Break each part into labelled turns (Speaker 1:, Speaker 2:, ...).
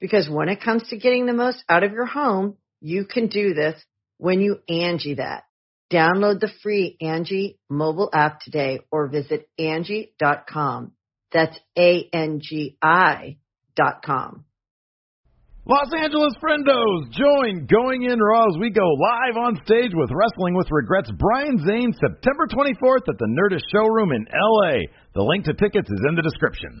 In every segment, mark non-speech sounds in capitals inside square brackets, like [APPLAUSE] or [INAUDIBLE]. Speaker 1: Because when it comes to getting the most out of your home, you can do this when you Angie that. Download the free Angie mobile app today or visit Angie.com. That's A-N-G-I dot com.
Speaker 2: Los Angeles friendos, join Going In Raw as we go live on stage with Wrestling with Regrets Brian Zane September 24th at the Nerdist Showroom in LA. The link to tickets is in the description.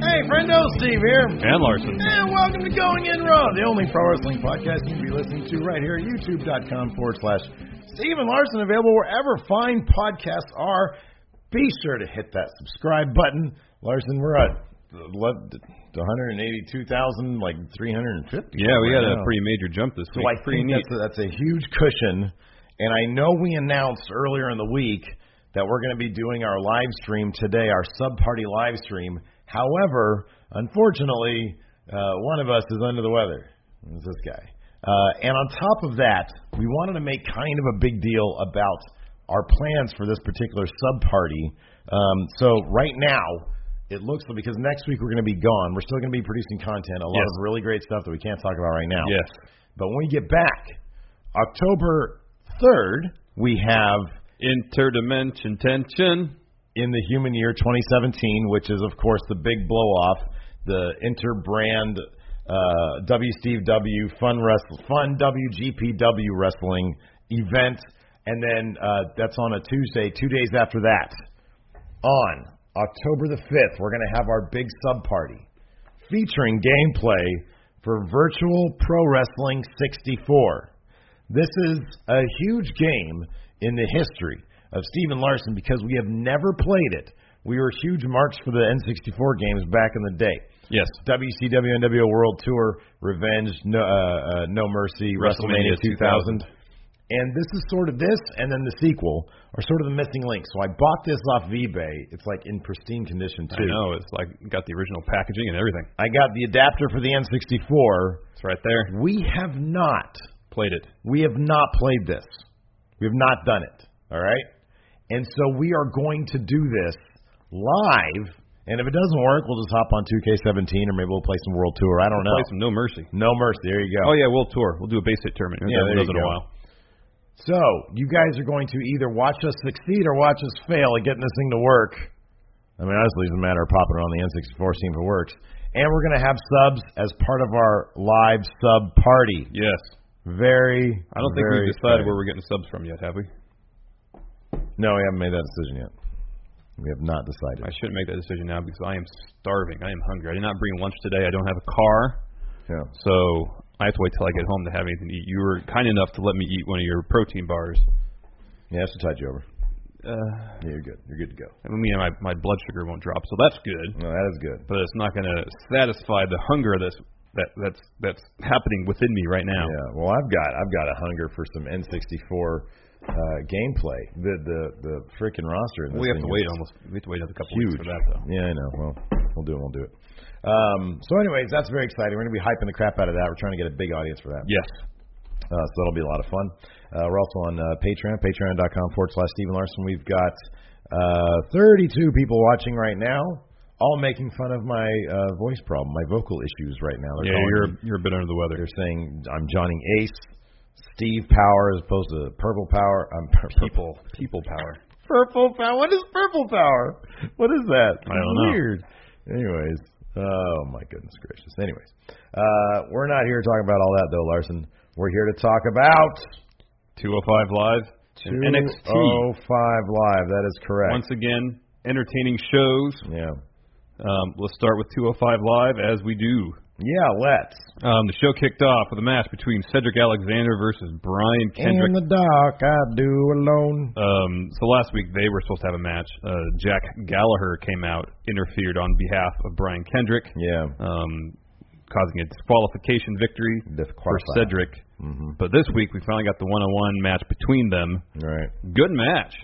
Speaker 2: Hey, friendo, Steve here.
Speaker 3: And Larson.
Speaker 2: And welcome to Going In Raw, the only pro wrestling podcast you can be listening to right here at youtube.com forward slash Steven Larson, available wherever fine podcasts are. Be sure to hit that subscribe button. Larson, we're at the le- the 182,000, like 350.
Speaker 3: Yeah, we
Speaker 2: right
Speaker 3: had a
Speaker 2: now.
Speaker 3: pretty major jump this
Speaker 2: So
Speaker 3: week.
Speaker 2: I
Speaker 3: pretty
Speaker 2: think
Speaker 3: neat.
Speaker 2: that's a, that's a huge cushion. And I know we announced earlier in the week that we're going to be doing our live stream today, our sub party live stream. However, unfortunately, uh, one of us is under the weather. It's this guy. Uh, and on top of that, we wanted to make kind of a big deal about our plans for this particular sub party. Um, so right now, it looks like because next week we're going to be gone. We're still going to be producing content, a lot
Speaker 3: Yes.
Speaker 2: of really great stuff that we can't talk about right now.
Speaker 3: Yes.
Speaker 2: But when we get back, October 3rd, we have
Speaker 3: Interdimension tension.
Speaker 2: in the human year 2017, which is, of course, the big blow off, the interbrand uh, W Steve W Fun Wrestle Fun WGPW Wrestling event, and then uh, that's on a Tuesday. Two days after that, on October the 5th, we're going to have our big sub party featuring gameplay for Virtual Pro Wrestling 64. This is a huge game in the history of Steven Larson because we have never played it. We were huge marks for the N64 games back in the day.
Speaker 3: Yes.
Speaker 2: WCW NWO World Tour, Revenge, No, uh, uh, no Mercy, WrestleMania
Speaker 3: WrestleMania
Speaker 2: 2000. And this is sort of this, and then the sequel are sort of the missing link. So I bought this off eBay. It's like in pristine condition
Speaker 3: I
Speaker 2: too.
Speaker 3: know. It's like got the original packaging and everything.
Speaker 2: I got the adapter for the N64.
Speaker 3: It's right there.
Speaker 2: We have not
Speaker 3: Played it.
Speaker 2: we have not played this. We have not done it. All right? And so we are going to do this live. And if it doesn't work, we'll just hop on 2K17 or maybe we'll play some World Tour. I don't know.
Speaker 3: Play some No Mercy.
Speaker 2: No mercy. There you go.
Speaker 3: Oh yeah, we'll tour. We'll do a base hit tournament. We
Speaker 2: Yeah,
Speaker 3: haven't
Speaker 2: there you
Speaker 3: done it in a
Speaker 2: go.
Speaker 3: while.
Speaker 2: So you guys are going to either watch us succeed or watch us fail at getting this thing to work. I mean, honestly, it doesn't matter popping it on the N64 seeing if it works. And we're going to have subs as part of our live sub party.
Speaker 3: Yes.
Speaker 2: Very.
Speaker 3: I don't think
Speaker 2: very
Speaker 3: we've decided
Speaker 2: exciting.
Speaker 3: where we're getting subs from yet, have we?
Speaker 2: No, we haven't made that decision yet. We have not
Speaker 3: I
Speaker 2: decided.
Speaker 3: shouldn't make that decision now because I am starving. I am hungry. I did not bring lunch today. I don't have a car,
Speaker 2: Yeah.
Speaker 3: so I have to wait till I get home to have anything to eat. You were kind enough to let me eat one of your protein bars.
Speaker 2: Yeah, that's what tied you over.
Speaker 3: Uh,
Speaker 2: Yeah, you're good. You're good to go.
Speaker 3: I mean, my my blood sugar won't drop, so that's good.
Speaker 2: No, that is good.
Speaker 3: but it's not going to satisfy the hunger that's that that's that's happening within me right now.
Speaker 2: Yeah. Well, I've got I've got a hunger for some N64 uh, gameplay. The the the freaking roster. In this
Speaker 3: We have
Speaker 2: thing is
Speaker 3: to wait almost. We have to wait another couple
Speaker 2: Huge.
Speaker 3: weeks for that though.
Speaker 2: Yeah, I know. Well, we'll do it. We'll do it. Um, so, anyways, that's very exciting. We're gonna be hyping the crap out of that. We're trying to get a big audience for that.
Speaker 3: Yes.
Speaker 2: Uh, so that'll be a lot of fun. Uh, we're also on uh, Patreon, patreon.com forward slash Stephen Larson. We've got uh, 32 people watching right now, all making fun of my uh, voice problem, my vocal issues right now. They're
Speaker 3: Yeah,
Speaker 2: calling
Speaker 3: you're
Speaker 2: me-
Speaker 3: you're a bit under the weather.
Speaker 2: They're saying I'm Johnny Ace, Steve Power as opposed to Purple Power. I'm [LAUGHS] pur-
Speaker 3: People, people power.
Speaker 2: [LAUGHS] Purple Power. What is Purple Power? What is that?
Speaker 3: I don't know.
Speaker 2: Weird. Anyways, oh my goodness gracious. Anyways, uh, we're not here to talk about all that though, Larson. We're here to talk about
Speaker 3: 205 Live, and NXT.
Speaker 2: 205 Live. That is correct.
Speaker 3: Once again, entertaining shows.
Speaker 2: yeah.
Speaker 3: Um, let's start with 205 Live as we do.
Speaker 2: Yeah, let's.
Speaker 3: Um, the show kicked off with a match between Cedric Alexander versus Brian
Speaker 2: In
Speaker 3: Kendrick.
Speaker 2: the dark, I do alone.
Speaker 3: Um, so last week they were supposed to have a match. Uh, Jack Gallagher came out, interfered on behalf of Brian Kendrick,
Speaker 2: Yeah.
Speaker 3: um, causing a disqualification victory for
Speaker 2: Disqualified.
Speaker 3: Cedric.
Speaker 2: Mhm.
Speaker 3: But this week we finally got the one-on-one match between them.
Speaker 2: Right.
Speaker 3: Good match.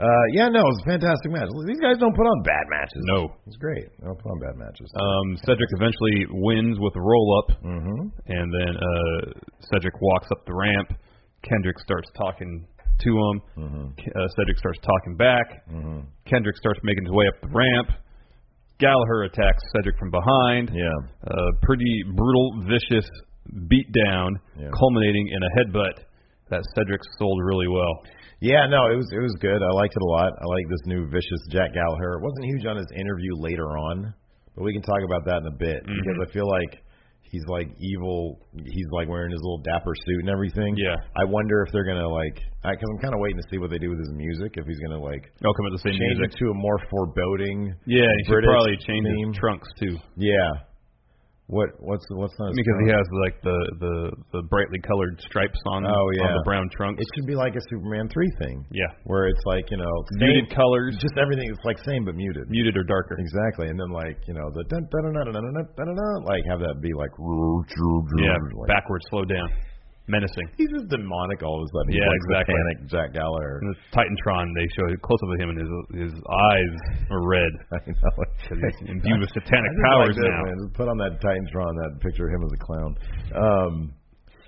Speaker 2: Uh, yeah, no, it was a fantastic match. These guys don't put on bad matches.
Speaker 3: No.
Speaker 2: It's great. They don't put on bad matches.
Speaker 3: Um, Cedric eventually wins with a roll-up,
Speaker 2: mm-hmm.
Speaker 3: and then uh, Cedric walks up the ramp. Kendrick starts talking to him. K- Uh, Cedric starts talking back. Kendrick starts making his way up the ramp. Gallagher attacks Cedric from behind.
Speaker 2: Yeah.
Speaker 3: uh, pretty brutal, vicious beatdown,
Speaker 2: Yeah.
Speaker 3: culminating in a headbutt that Cedric sold really well.
Speaker 2: Yeah, no, it was it was good. I liked it a lot. I like this new vicious Jack Gallagher. Wasn't huge on his interview later on, but we can talk about that in a bit
Speaker 3: Mm-hmm.
Speaker 2: because I feel like he's like evil. He's like wearing his little dapper suit and everything.
Speaker 3: Yeah.
Speaker 2: I wonder if they're gonna like because I'm kind of waiting to see what they do with his music. If he's gonna like
Speaker 3: Y'all come at the same
Speaker 2: change
Speaker 3: music.
Speaker 2: it to a more foreboding.
Speaker 3: Yeah, he should
Speaker 2: British
Speaker 3: probably change
Speaker 2: theme.
Speaker 3: his trunks too,
Speaker 2: Yeah. What what's what's not his
Speaker 3: because he
Speaker 2: problem?
Speaker 3: has like the the the brightly colored stripes on
Speaker 2: Oh, yeah.
Speaker 3: on the brown trunks.
Speaker 2: it should be like a Superman three thing.
Speaker 3: yeah,
Speaker 2: Where it's like you know same,
Speaker 3: muted colors,
Speaker 2: just everything. It's like same but muted.
Speaker 3: muted or darker.
Speaker 2: Exactly, and then like you know the dun dun dun dun dun dun dun dun like have that be like
Speaker 3: Yeah,
Speaker 2: like,
Speaker 3: backwards, slow down, menacing.
Speaker 2: He's just demonic all of a sudden. He's
Speaker 3: Yeah,
Speaker 2: like
Speaker 3: exactly.
Speaker 2: Satanic Jack Gallagher.
Speaker 3: In this Titantron, they show a close up of him, and his his eyes are red.
Speaker 2: [LAUGHS] I know. [LAUGHS]
Speaker 3: He's imbued with satanic
Speaker 2: I just
Speaker 3: powers
Speaker 2: like this,
Speaker 3: now.
Speaker 2: Man. Just put on that Titantron, that picture of him as a clown. Um.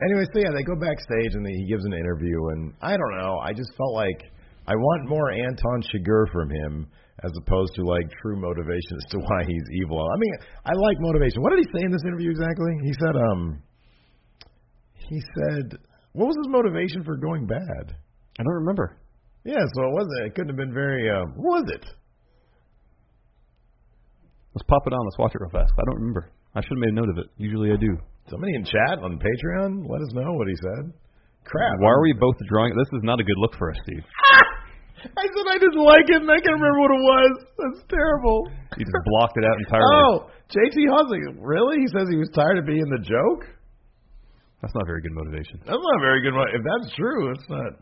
Speaker 2: Anyway, so yeah, they go backstage and he gives an interview, and I don't know. I just felt like I want more Anton Chigurh from him as opposed to like true motivation as to why he's evil. I mean, I like motivation. What did he say in this interview exactly? He said, um, he said, what was his motivation for going bad?
Speaker 3: I don't remember.
Speaker 2: Yeah, so it wasn't. It couldn't have been very. Um, what was it?
Speaker 3: Let's pop it on. Let's watch it real fast. I don't remember. I should have made a note of it. Usually I do.
Speaker 2: Somebody in chat on Patreon, let us know what he said. Crap.
Speaker 3: Why are we both drawing? This is not a good look for us, Steve.
Speaker 2: I said I didn't like it, and I can't remember what it was. That's terrible.
Speaker 3: You just blocked it out entirely.
Speaker 2: Oh, JT Hussey. Really? He says he was tired of being the joke.
Speaker 3: That's not very good motivation.
Speaker 2: That's not very good. mo- If that's true, it's not.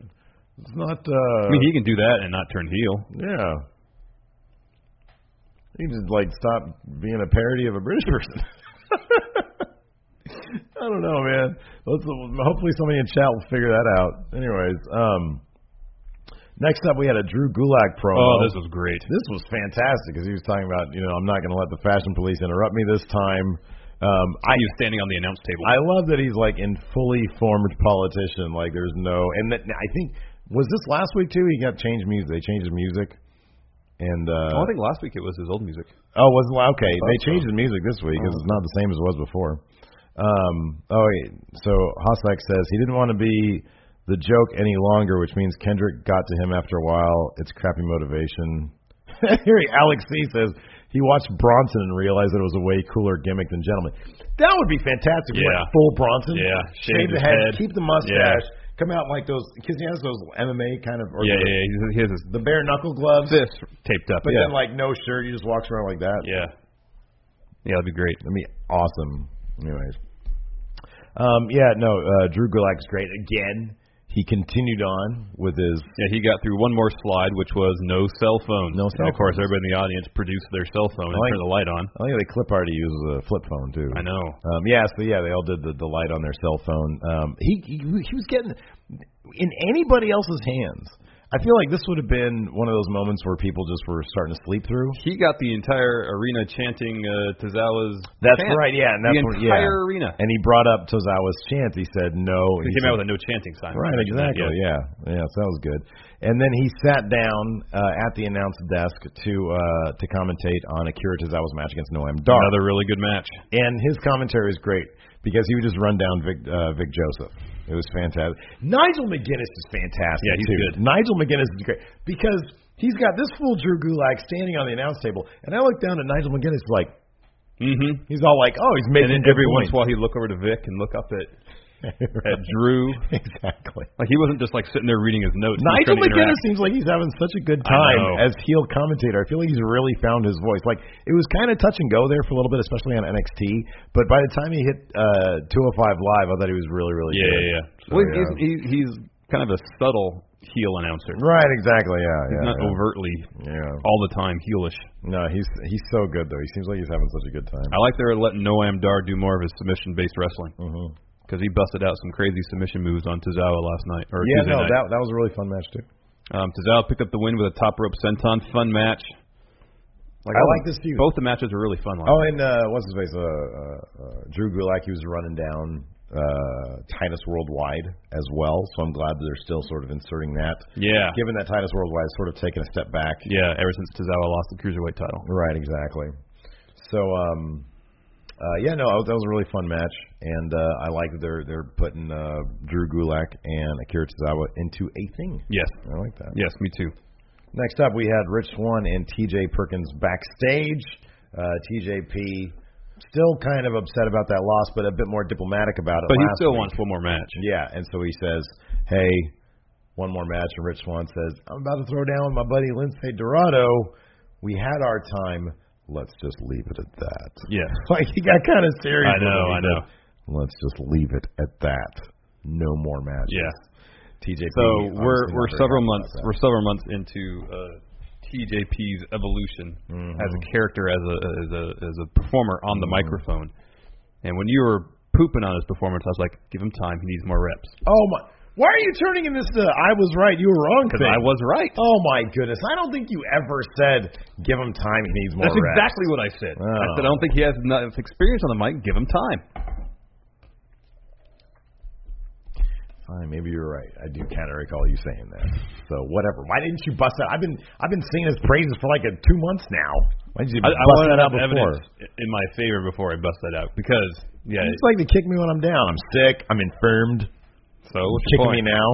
Speaker 2: It's not. Uh,
Speaker 3: I mean, he can do that and not turn heel.
Speaker 2: yeah. He just like stopped being a parody of a British [LAUGHS] person. I don't know, man. Let's hopefully somebody in chat will figure that out. Anyways, um, next up we had a Drew Gulak promo.
Speaker 3: Oh, this was great.
Speaker 2: This was fantastic because he was talking about, you know, I'm not going to let the fashion police interrupt me this time. Um, I
Speaker 3: He was standing on the announce table.
Speaker 2: I love that he's like in fully formed politician. Like there's no, and that, I think was this last week too. He got changed music. They changed his music, and uh,
Speaker 3: oh, I think last week it was his old music.
Speaker 2: oh, was it la- okay. They
Speaker 3: so.
Speaker 2: changed his music this week because it's not the same as it was before. Um, oh, wait. so Hasek says he didn't want to be the joke any longer, which means Kendrick got to him after a while. It's crappy motivation. [LAUGHS] Here, Alex C says he watched Bronson and realized that it was a way cooler gimmick than Gentleman. That would be fantastic. if he went
Speaker 3: Yeah.
Speaker 2: full Bronson.
Speaker 3: Yeah,
Speaker 2: shave
Speaker 3: shave
Speaker 2: the
Speaker 3: his
Speaker 2: head,
Speaker 3: head.
Speaker 2: keep the mustache, come out like those because he has those MMA kind of or
Speaker 3: Yeah,
Speaker 2: the,
Speaker 3: yeah, yeah. He has his
Speaker 2: the bare knuckle gloves,
Speaker 3: this taped up.
Speaker 2: but then
Speaker 3: yeah.
Speaker 2: like no shirt, he just walks around like that.
Speaker 3: yeah. Yeah, that'd be great.
Speaker 2: I mean, awesome. Anyways, um, yeah, no, uh, Drew Gulak's great again. He continued on with his.
Speaker 3: Yeah, he got through one more slide, which was no cell phone.
Speaker 2: No cell
Speaker 3: And of course, everybody in the audience produced their cell phone and
Speaker 2: Like-
Speaker 3: turned the light on.
Speaker 2: I think the clip already uses a flip phone too.
Speaker 3: I know.
Speaker 2: Um, yeah, so yeah, they all did the, the light on their cell phone. Um, he, he he was getting in anybody else's hands. I feel like this would have been one of those moments where people just were starting to sleep through.
Speaker 3: He got the entire arena chanting uh, Tozawa's.
Speaker 2: That's
Speaker 3: chant.
Speaker 2: right, yeah, and that's
Speaker 3: the
Speaker 2: what-
Speaker 3: entire
Speaker 2: yeah.
Speaker 3: arena.
Speaker 2: And he brought up Tozawa's chant. He said no. and
Speaker 3: He
Speaker 2: he
Speaker 3: came out
Speaker 2: said-
Speaker 3: with a no chanting sign.
Speaker 2: Right, exactly. Yeah. yeah, so that was good. And then he sat down uh, at the announce desk to uh, to commentate on Akira Tozawa's match against Noam Dar.
Speaker 3: Another really good match.
Speaker 2: And his commentary is great because he would just run down Vic, uh, Vic Joseph. It was fantastic. Nigel McGuinness is fantastic.
Speaker 3: Yeah, he's
Speaker 2: too.
Speaker 3: good.
Speaker 2: Nigel McGuinness is great because he's got this fool Drew Gulak standing on the announce table, and I look down at Nigel McGuinness like [LAUGHS]
Speaker 3: Mm-hmm.
Speaker 2: he's all like, oh, he's
Speaker 3: And
Speaker 2: making
Speaker 3: then
Speaker 2: good
Speaker 3: every once in a
Speaker 2: points.
Speaker 3: while he'd look over to Vic and look up at [LAUGHS] at Drew.
Speaker 2: [LAUGHS] exactly.
Speaker 3: Like he wasn't just like sitting there reading his notes. He was
Speaker 2: Nigel
Speaker 3: trying to
Speaker 2: McGuinness
Speaker 3: interact.
Speaker 2: seems like he's having such a good
Speaker 3: I
Speaker 2: time
Speaker 3: know.
Speaker 2: as heel commentator. I feel like he's really found his voice. Like it was kind of touch and go there for a little bit, especially on NXT. But by the time he hit uh, 205 Live, I thought he was really, really
Speaker 3: Yeah,
Speaker 2: good.
Speaker 3: yeah, yeah.
Speaker 2: So,
Speaker 3: well,
Speaker 2: yeah.
Speaker 3: he's, he's he's kind of a subtle heel announcer.
Speaker 2: Right, exactly. Yeah, yeah.
Speaker 3: Not
Speaker 2: yeah.
Speaker 3: overtly
Speaker 2: Yeah.
Speaker 3: all the time heelish.
Speaker 2: No, he's he's so good though. He seems like he's having such a good time.
Speaker 3: I like they're letting Noam Dar do more of his submission based wrestling
Speaker 2: Mm-hmm.
Speaker 3: because he busted out some crazy submission moves on Tozawa last night or
Speaker 2: Yeah,
Speaker 3: Tuesday
Speaker 2: no,
Speaker 3: night.
Speaker 2: that that was a really fun match too.
Speaker 3: Um, Tozawa picked up the win with a top rope senton. Fun match.
Speaker 2: I
Speaker 3: all
Speaker 2: like
Speaker 3: the-
Speaker 2: this feud.
Speaker 3: Both the matches were really fun. Last
Speaker 2: Oh, and uh, what's his face? Uh, uh, uh, Drew Gulak. He was running down uh, Titus Worldwide as well. So I'm glad that they're still sort of inserting that.
Speaker 3: Yeah.
Speaker 2: Given that Titus Worldwide has sort of taken a step back.
Speaker 3: Yeah, ever since Tozawa lost the cruiserweight title.
Speaker 2: Right. Exactly. So, um, uh, yeah, no, that was- that was a really fun match, and uh, I like that they're they're putting uh, Drew Gulak and Akira Tozawa into a thing.
Speaker 3: Yes.
Speaker 2: I like that.
Speaker 3: Yes, me too.
Speaker 2: Next up, we had Rich Swan and TJ Perkins backstage. Uh, TJP still kind of upset about that loss, but a bit more diplomatic about it.
Speaker 3: But he
Speaker 2: last
Speaker 3: still
Speaker 2: week.
Speaker 3: wants one more match.
Speaker 2: Yeah, and so he says, "Hey, one more match." And Rich Swan says, "I'm about to throw down with my buddy Lindsay Dorado. We had our time. Let's just leave it at that."
Speaker 3: Yeah.
Speaker 2: [LAUGHS] Like he got kind of serious.
Speaker 3: I know,
Speaker 2: with
Speaker 3: I
Speaker 2: it. He
Speaker 3: know.
Speaker 2: said, Let's just leave it at that. No more matches.
Speaker 3: Yeah.
Speaker 2: TJP.
Speaker 3: So
Speaker 2: obviously
Speaker 3: we're
Speaker 2: not
Speaker 3: we're
Speaker 2: very happy
Speaker 3: several
Speaker 2: about
Speaker 3: months
Speaker 2: that.
Speaker 3: we're several months into uh, TJP's evolution as a character, as a as a as a performer on the microphone. And when you were pooping on his performance, I was like, give him time. He needs more reps.
Speaker 2: Oh my! Why are you turning in this? To, I was right. You were wrong.
Speaker 3: Because I was right.
Speaker 2: Oh my goodness! I don't think you ever said give him time. He needs more.
Speaker 3: That's
Speaker 2: reps."
Speaker 3: exactly what I said. I said I don't think he has enough experience on the mic. Give him time.
Speaker 2: Fine, maybe you're right. I do kind of recall you saying that. So whatever. Why didn't you bust that? I've been I've been singing his praises for like a, two months now. Why did you
Speaker 3: I,
Speaker 2: bust
Speaker 3: I
Speaker 2: that
Speaker 3: wanted
Speaker 2: out
Speaker 3: enough
Speaker 2: before?
Speaker 3: evidence in my favor before I bust that out because yeah.
Speaker 2: It's like to kick me when I'm down. I'm sick. I'm infirmed.
Speaker 3: so what's the
Speaker 2: Kicking me
Speaker 3: point?
Speaker 2: now.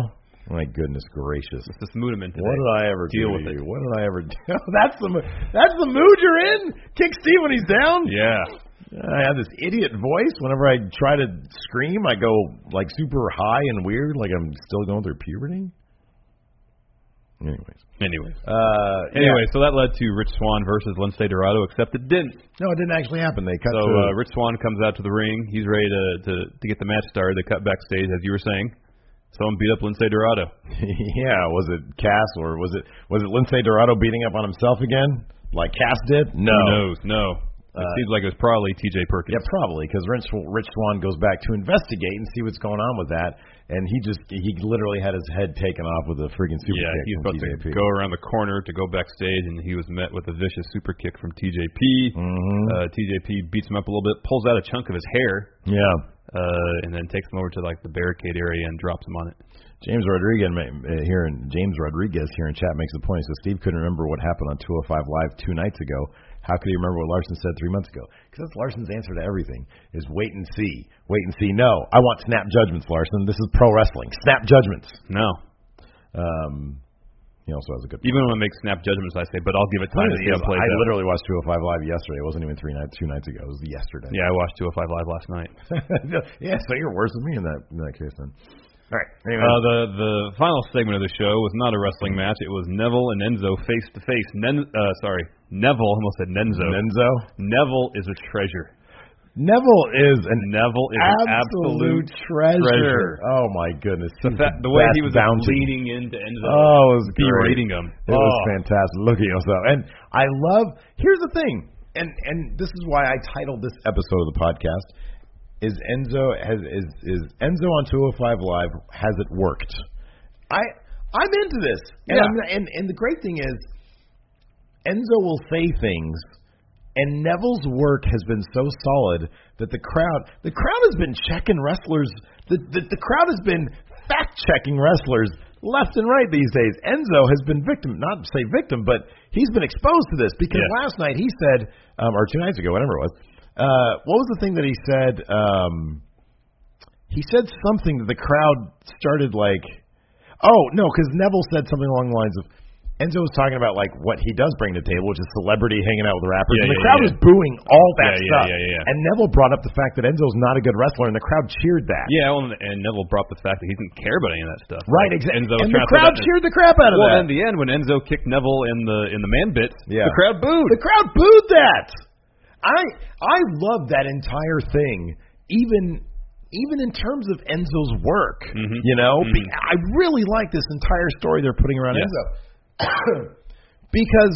Speaker 2: My goodness gracious.
Speaker 3: It's this movement today.
Speaker 2: What did I ever do
Speaker 3: Deal with
Speaker 2: to
Speaker 3: it.
Speaker 2: you? What did I ever do? [LAUGHS] that's the mo- that's the mood you're in. Kick Steve when he's down.
Speaker 3: Yeah.
Speaker 2: I have this idiot voice. Whenever I try to scream, I go like super high and weird, like I'm still going through puberty. Anyways,
Speaker 3: Anyway.
Speaker 2: uh,
Speaker 3: Anyway, so that led to Rich Swan versus Lindsay Dorado, except it didn't.
Speaker 2: yeah. no, it didn't actually happen. They cut
Speaker 3: So
Speaker 2: to
Speaker 3: uh, Rich Swan comes out to the ring. He's ready to, to to get the match started. They cut backstage, as you were saying. Someone beat up Lindsay Dorado.
Speaker 2: [LAUGHS] yeah. Was it Cass or was it was it Lindsay Dorado beating up on himself again, like Cass did? No,
Speaker 3: Who knows? No. It
Speaker 2: Oh. Uh,
Speaker 3: seems like it was probably T.J. Perkins.
Speaker 2: Yeah, probably because Rich, Rich Swan goes back to investigate and see what's going on with that, and he just he literally had his head taken off with a freaking super
Speaker 3: Yeah,
Speaker 2: kick
Speaker 3: he's
Speaker 2: from
Speaker 3: about to
Speaker 2: TJP.
Speaker 3: go around the corner to go backstage, and he was met with a vicious super kick from TJP.
Speaker 2: Mm. Mm-hmm.
Speaker 3: Uh, TJP beats him up a little bit, pulls out a chunk of his hair,
Speaker 2: yeah.
Speaker 3: uh, and then takes him over to like the barricade area and drops him on it.
Speaker 2: James Rodriguez ma- uh, here in James Rodriguez here in chat makes the point. He says Steve couldn't remember what happened on 205 Live two nights ago. How could he remember what Larson said three months ago? Because that's Larson's answer to everything: is wait and see, wait and see. No, I want snap judgments, Larson. This is pro wrestling. Snap judgments.
Speaker 3: No.
Speaker 2: Um, he also has a good.
Speaker 3: Even when I make snap judgments, I say, but I'll give it time
Speaker 2: Point is,
Speaker 3: to see how it plays
Speaker 2: I
Speaker 3: out.
Speaker 2: literally watched 205 Live yesterday. It wasn't even three nights, two nights ago. It was yesterday.
Speaker 3: Yeah, I watched 205 Live last [LAUGHS] night.
Speaker 2: [LAUGHS]
Speaker 3: Uh,
Speaker 2: yeah. So you're worse than me in that in that case then. All right. Anyway.
Speaker 3: Uh, the the final segment of the show was not a wrestling match. It was Neville and Enzo face to face. Nen uh, sorry, Neville almost said Nenzo.
Speaker 2: Menzo.
Speaker 3: Neville is a treasure.
Speaker 2: Neville is an
Speaker 3: Neville is an
Speaker 2: absolute,
Speaker 3: absolute
Speaker 2: treasure.
Speaker 3: treasure.
Speaker 2: Oh my goodness!
Speaker 3: The,
Speaker 2: He's
Speaker 3: fa- the way
Speaker 2: best
Speaker 3: he was uh,
Speaker 2: bounty.
Speaker 3: leaning into Enzo,
Speaker 2: Oh, it was great.
Speaker 3: berating him.
Speaker 2: It was
Speaker 3: Oh.
Speaker 2: fantastic. Look at yourself. And I love. Here's the thing, and and this is why I titled this episode of the podcast is oh Enzo has is is Enzo on 205 Live has it worked? I I'm into this. And,
Speaker 3: Yeah.
Speaker 2: I'm, and and the great thing is, Enzo will say things, and Neville's work has been so solid that the crowd, the crowd has been checking wrestlers. The the, the crowd has been fact checking wrestlers left and right these days. Enzo has been victim, not say victim, but he's been exposed to this because
Speaker 3: Yeah.
Speaker 2: last night he said, um, or two nights ago, whatever it was. Uh, what was the thing that he said? Um, he said something that the crowd started like, oh no, because Neville said something along the lines of Enzo was talking about like what he does bring to the table, which is celebrity hanging out with rappers.
Speaker 3: Yeah,
Speaker 2: and the
Speaker 3: yeah,
Speaker 2: crowd
Speaker 3: yeah.
Speaker 2: was booing all that
Speaker 3: Yeah, yeah,
Speaker 2: stuff.
Speaker 3: yeah, yeah, yeah.
Speaker 2: And Neville brought up the fact that Enzo's not a good wrestler, and the crowd cheered that.
Speaker 3: Yeah, well, and, and Neville brought up the fact that he didn't care about any of that stuff.
Speaker 2: Right, exactly.
Speaker 3: Enzo was
Speaker 2: and the
Speaker 3: trying to throw
Speaker 2: crowd
Speaker 3: that in-
Speaker 2: cheered the crap out of
Speaker 3: Well,
Speaker 2: that.
Speaker 3: in the end, when Enzo kicked Neville in the in the man bits,
Speaker 2: Yeah.
Speaker 3: the crowd booed.
Speaker 2: The crowd booed that. I I love that entire thing, even even in terms of Enzo's work.
Speaker 3: Mm-hmm.
Speaker 2: You know, Be- I really like this entire story they're putting around
Speaker 3: Yeah.
Speaker 2: Enzo [COUGHS] because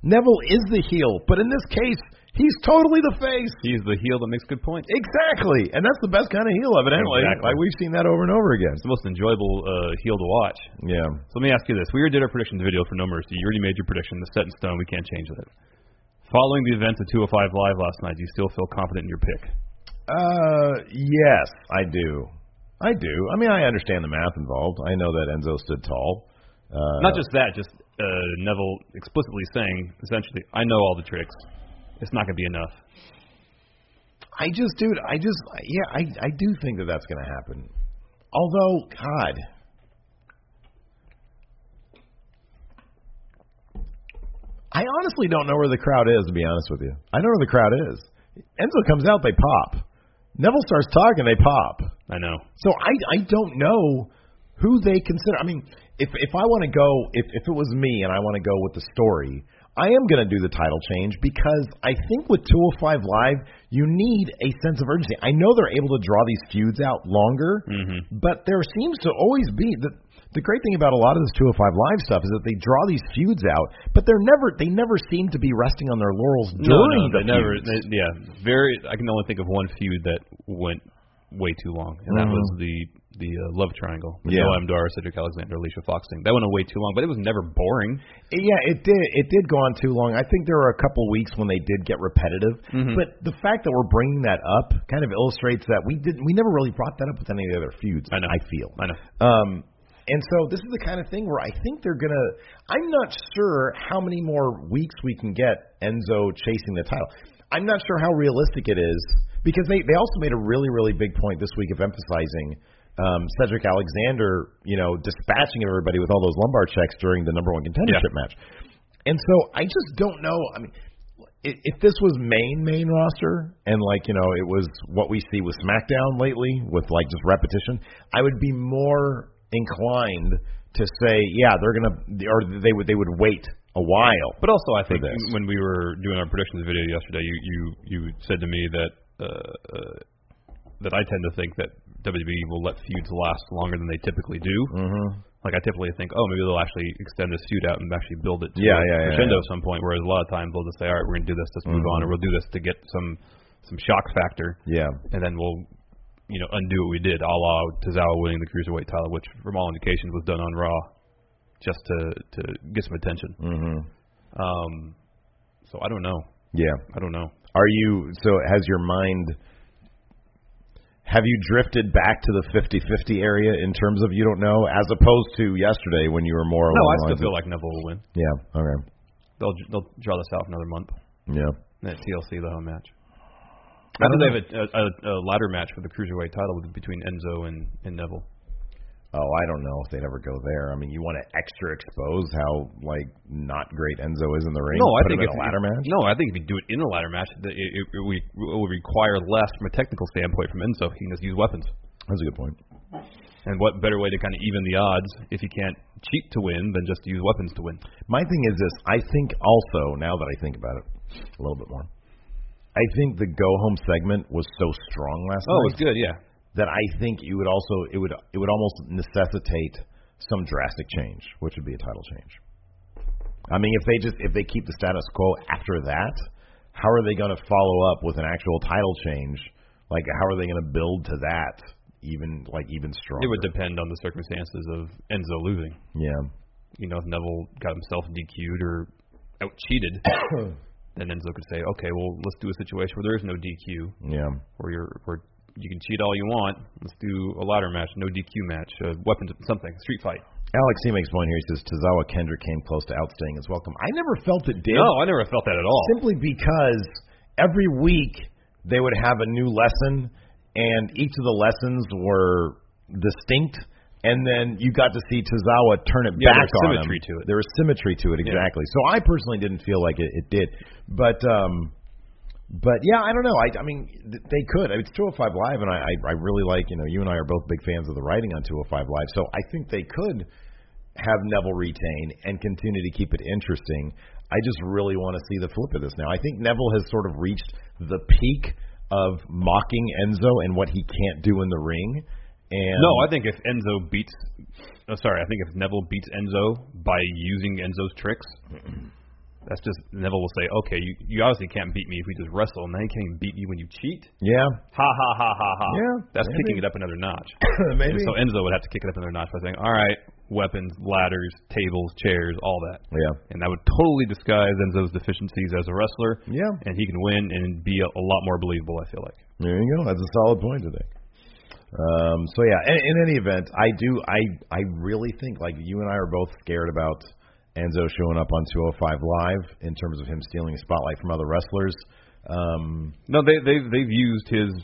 Speaker 2: Neville is the heel, but in this case, he's totally the face.
Speaker 3: He's the heel that makes good points.
Speaker 2: Exactly, and that's the best kind of heel, evidently.
Speaker 3: Exactly.
Speaker 2: Like we've seen that over and over again.
Speaker 3: It's the most enjoyable uh, heel to watch.
Speaker 2: Yeah.
Speaker 3: So let me ask you this: We already did our predictions video for No Mercy. You already made your prediction. It's set in stone. We can't change it. Following the events of 205 Live last night, do you still feel confident in your pick?
Speaker 2: Uh, yes, I do. I do. I mean, I understand the math involved. I know that Enzo stood tall. Uh,
Speaker 3: Not just that, just uh, Neville explicitly saying, essentially, I know all the tricks. It's not going to be enough.
Speaker 2: I just, dude. I just, yeah. I, I do think that that's gonna happen. Although, God, I honestly don't know where the crowd is. To be honest with you, I don't know where the crowd is. Enzo comes out, they pop. Neville starts talking, they pop.
Speaker 3: I know.
Speaker 2: So I I don't know who they consider. I mean, if if I want to go, if if it was me and I want to go with the story, I am going to do the title change because I think with 205 Live, you need a sense of urgency. I know they're able to draw these feuds out longer,
Speaker 3: Mm-hmm.
Speaker 2: but there seems to always be the the great thing about a lot of this 205 Live stuff is that they draw these feuds out, but they're never they never seem to be resting on their laurels during the
Speaker 3: they never,
Speaker 2: feuds.
Speaker 3: they- yeah, very. I can only think of one feud that went way too long, and that was the the uh, love triangle.
Speaker 2: Mm.
Speaker 3: The
Speaker 2: Yeah.
Speaker 3: Noam Dar, Cedric Alexander, Alicia Fox thing. That went on way too long, but it was never boring.
Speaker 2: Yeah, it did. It did go on too long. I think there were a couple weeks when they did get repetitive,
Speaker 3: Mm-hmm.
Speaker 2: but the fact that we're bringing that up kind of illustrates that we didn't. We never really brought that up with any of the other feuds.
Speaker 3: I know.
Speaker 2: I feel.
Speaker 3: I know.
Speaker 2: Um, and so this is the kind of thing where I think they're gonna. I'm not sure how many more weeks we can get Enzo chasing the title. I'm not sure how realistic it is because they they also made a really really big point this week of emphasizing um, Cedric Alexander, you know, dispatching everybody with all those lumbar checks during the number one contendership
Speaker 3: Yeah.
Speaker 2: match. And so I just don't know. I mean, i- if this was main main roster and like you know it was what we see with SmackDown lately with like just repetition, I would be more inclined to say yeah they're gonna or they would they would wait a while.
Speaker 3: But also, I think
Speaker 2: this.
Speaker 3: when we were doing our predictions video yesterday, you you you said to me that uh, uh, that I tend to think that WWE will let feuds last longer than they typically do. Mm-hmm. Like I typically think, oh, maybe they'll actually extend this feud out and actually build it to
Speaker 2: Yeah,
Speaker 3: a
Speaker 2: yeah, yeah,
Speaker 3: crescendo
Speaker 2: yeah. Mm-hmm.
Speaker 3: at some point. Whereas a lot of times they'll just say, all right, we're gonna do this, let's move on, or we'll do this to get some some shock factor,
Speaker 2: Yeah.
Speaker 3: and then we'll. You know, undo what we did, a la Tozawa winning the cruiserweight title, which, from all indications, was done on Raw, just to to get some attention.
Speaker 2: Mm-hmm.
Speaker 3: Um, so I don't know.
Speaker 2: Yeah.
Speaker 3: I don't know.
Speaker 2: Are you so has your mind have you drifted back to the 50-50 area in terms of you don't know as opposed to yesterday when you were more
Speaker 3: No, I
Speaker 2: along the
Speaker 3: still
Speaker 2: lines
Speaker 3: feel
Speaker 2: of-
Speaker 3: like Neville will win.
Speaker 2: Yeah. Okay.
Speaker 3: They'll they'll draw this out another month.
Speaker 2: Yeah.
Speaker 3: And That TLC the home match. I
Speaker 2: don't
Speaker 3: think they have a, a, a ladder match for the cruiserweight title with- between Enzo and, and Neville.
Speaker 2: Oh, I don't know if they'd ever go there. I mean, you want to extra expose how like not great Enzo is in the ring.
Speaker 3: No, I
Speaker 2: Put
Speaker 3: think
Speaker 2: him
Speaker 3: if
Speaker 2: in a ladder
Speaker 3: you,
Speaker 2: match.
Speaker 3: No, I think if you do it in a ladder match, the- it, it, it, we, it will require less from a technical standpoint from Enzo. He can just use weapons.
Speaker 2: That's a good point.
Speaker 3: And what better way to kind of even the odds if you can't cheat to win than just to use weapons to win?
Speaker 2: My thing is this. I think also now that I think about it a little bit more, I think the go home segment was so strong last
Speaker 3: Oh,
Speaker 2: night
Speaker 3: it's good, yeah.
Speaker 2: that I think it would also it would it would almost necessitate some drastic change, which would be a title change. I mean, if they just if they keep the status quo after that, how are they going to follow up with an actual title change? Like, how are they going to build to that even like even stronger.
Speaker 3: It would depend on the circumstances of Enzo losing.
Speaker 2: yeah.
Speaker 3: You know, if Neville got himself DQ'd or out [COUGHS] cheated, then Enzo could say, okay, well, let's do a situation where there is no DQ,
Speaker 2: Yeah.
Speaker 3: where you're where you can cheat all you want. Let's do a ladder match, no DQ match, a weapons, something, street fight.
Speaker 2: Alex he makes one here. He says Tozawa Kendrick came close to outstaying his welcome. I never felt it did.
Speaker 3: No, Oh, I never felt that at all.
Speaker 2: Simply because every week they would have a new lesson, and each of the lessons were distinct. And then you got to see Tozawa turn it
Speaker 3: Yeah,
Speaker 2: back
Speaker 3: there's
Speaker 2: on
Speaker 3: symmetry
Speaker 2: him.
Speaker 3: to it.
Speaker 2: There was symmetry to it exactly. So I personally didn't feel like it, it did, but um, but yeah, I don't know. I, I mean, th- they could. I mean, it's 205 Live, and I, I I really like you know you and I are both big fans of the writing on 205 Live, so I think they could have Neville retain and continue to keep it interesting. I just really want to see the flip of this now. I think Neville has sort of reached the peak of mocking Enzo and what he can't do in the ring. And
Speaker 3: No, I think if Enzo beats, oh, sorry, I think if Neville beats Enzo by using Enzo's tricks, that's just Neville will say, okay, you, you obviously can't beat me if we just wrestle, and then you can't even beat me when you cheat.
Speaker 2: yeah,
Speaker 3: Ha ha ha ha ha.
Speaker 2: Yeah,
Speaker 3: that's
Speaker 2: maybe.
Speaker 3: kicking it up another [COUGHS] notch.
Speaker 2: maybe.
Speaker 3: And so Enzo would have to kick it up another notch by saying, all right, weapons, ladders, tables, chairs, all that.
Speaker 2: yeah,
Speaker 3: And that would totally disguise Enzo's deficiencies as a wrestler.
Speaker 2: Yeah.
Speaker 3: And he can win and be a, a lot more believable, I feel like.
Speaker 2: There you go. That's a solid point today. Um, so yeah, in, in any event, I do. I I really think like you and I are both scared about Enzo showing up on 205 Live in terms of him stealing a spotlight from other wrestlers. Um,
Speaker 3: No, they they they've used his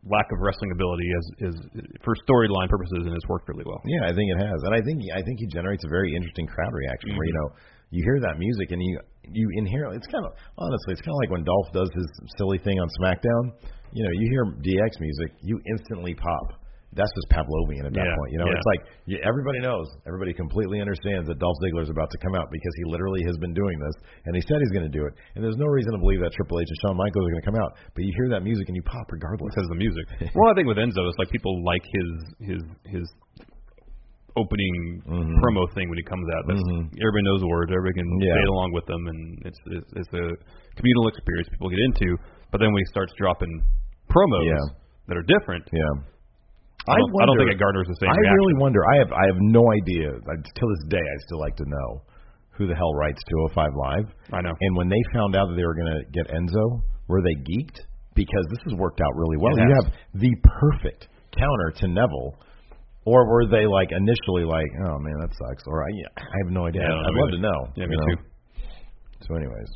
Speaker 3: lack of wrestling ability as is for storyline purposes, and it's worked really
Speaker 2: [LAUGHS]
Speaker 3: well.
Speaker 2: yeah, I think it has, and I think I think he generates a very interesting crowd reaction where you
Speaker 3: Mm-hmm.
Speaker 2: know you hear that music and you you inherently it's kind of honestly it's kind of like when Dolph does his silly thing on SmackDown. You know, you hear DX music, you instantly pop. That's just Pavlovian at that
Speaker 3: Yeah,
Speaker 2: point. You know,
Speaker 3: yeah.
Speaker 2: it's like you, everybody knows, everybody completely understands that Dolph Ziggler is about to come out because he literally has been doing this and he said he's going to do it. And there's no reason to believe that Triple H and Shawn Michaels are going to come out, but you hear that music and you pop regardless.
Speaker 3: Because of the music. well, I think with Enzo, it's like people like his his his opening promo thing when he comes out. That's, Everybody knows the words. Everybody can
Speaker 2: Mm-hmm. Yeah.
Speaker 3: say it along with them, and it's, it's it's a communal experience people get into. But then when he starts dropping promos
Speaker 2: Yeah.
Speaker 3: that are different,
Speaker 2: [LAUGHS] Yeah.
Speaker 3: I don't, I don't
Speaker 2: wonder-
Speaker 3: think it garners the same.
Speaker 2: I
Speaker 3: reaction.
Speaker 2: really wonder. I have I have no idea. I, till this day, I still like to know who the hell writes 205 Live.
Speaker 3: I know.
Speaker 2: And when they found out that they were going to get Enzo, were they geeked? Because this has worked out really well.
Speaker 3: It
Speaker 2: You
Speaker 3: has.
Speaker 2: have the perfect counter to Neville. Or were they like initially like, oh man, that sucks? Or I, I have no idea.
Speaker 3: Yeah, I don't
Speaker 2: I'd
Speaker 3: know
Speaker 2: love to
Speaker 3: either.
Speaker 2: know.
Speaker 3: Yeah,
Speaker 2: you
Speaker 3: me
Speaker 2: know?
Speaker 3: too.
Speaker 2: So, anyways,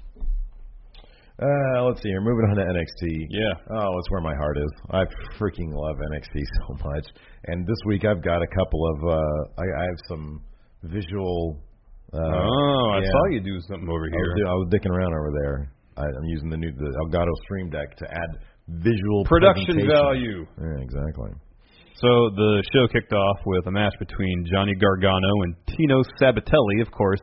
Speaker 2: uh, let's see here. Moving on to NXT.
Speaker 3: Yeah.
Speaker 2: Oh, it's where my heart is. I freaking love NXT [LAUGHS] so much. And this week I've got a couple of uh, I, I have some visual. Uh,
Speaker 3: Oh, I
Speaker 2: yeah.
Speaker 3: saw you do something over
Speaker 2: I was,
Speaker 3: here.
Speaker 2: do- I was dicking around over there. I, I'm using the new the Elgato Stream Deck to add visual
Speaker 3: Production
Speaker 2: presentation.
Speaker 3: value.
Speaker 2: Yeah, exactly.
Speaker 3: So the show kicked off with a match between Johnny Gargano and Tino Sabatelli. Of course,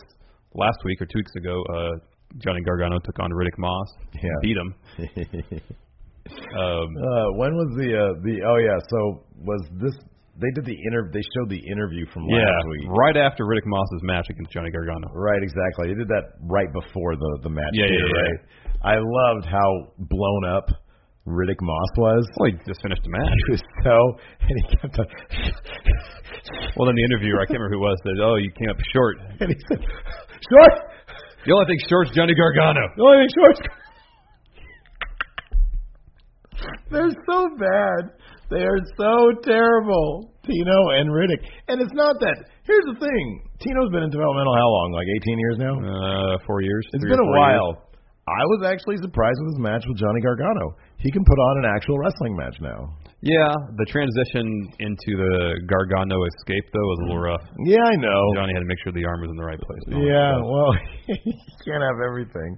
Speaker 3: last week or two weeks ago, uh, Johnny Gargano took on Riddick Moss,
Speaker 2: Yeah.
Speaker 3: beat
Speaker 2: [LAUGHS]
Speaker 3: him. Um,
Speaker 2: Uh, when was the uh, the oh yeah? So was this? They did the interv. They showed the interview from last week.
Speaker 3: yeah, right after Riddick Moss's match against Johnny Gargano.
Speaker 2: Right, exactly. They did that right before the the match.
Speaker 3: Yeah, yeah,
Speaker 2: too,
Speaker 3: yeah.
Speaker 2: right. I loved how blown up Riddick Moss was.
Speaker 3: Well, he just finished the match.
Speaker 2: [LAUGHS] He was so, and he kept on, [LAUGHS]
Speaker 3: Well, then the interviewer, I can't remember who it was, said, "Oh, you came up short."
Speaker 2: [LAUGHS] and he said, "Short,
Speaker 3: The only thing short's Johnny Gargano.
Speaker 2: no, I think short." They're so bad. They are so terrible, Tino and Riddick. And it's not that. Here's the thing: Tino's been in developmental how long? Like 18 years now.
Speaker 3: Uh, four years.
Speaker 2: It's
Speaker 3: three
Speaker 2: been a
Speaker 3: or four years.
Speaker 2: while. I was actually surprised with his match with Johnny Gargano. He can put on an actual wrestling match now.
Speaker 3: Yeah, the transition into the Gargano escape though was a little rough.
Speaker 2: Yeah, I know.
Speaker 3: Johnny had to make sure the arm was in the right place. and all that
Speaker 2: yeah,
Speaker 3: stuff.
Speaker 2: well, [LAUGHS] he can't have everything.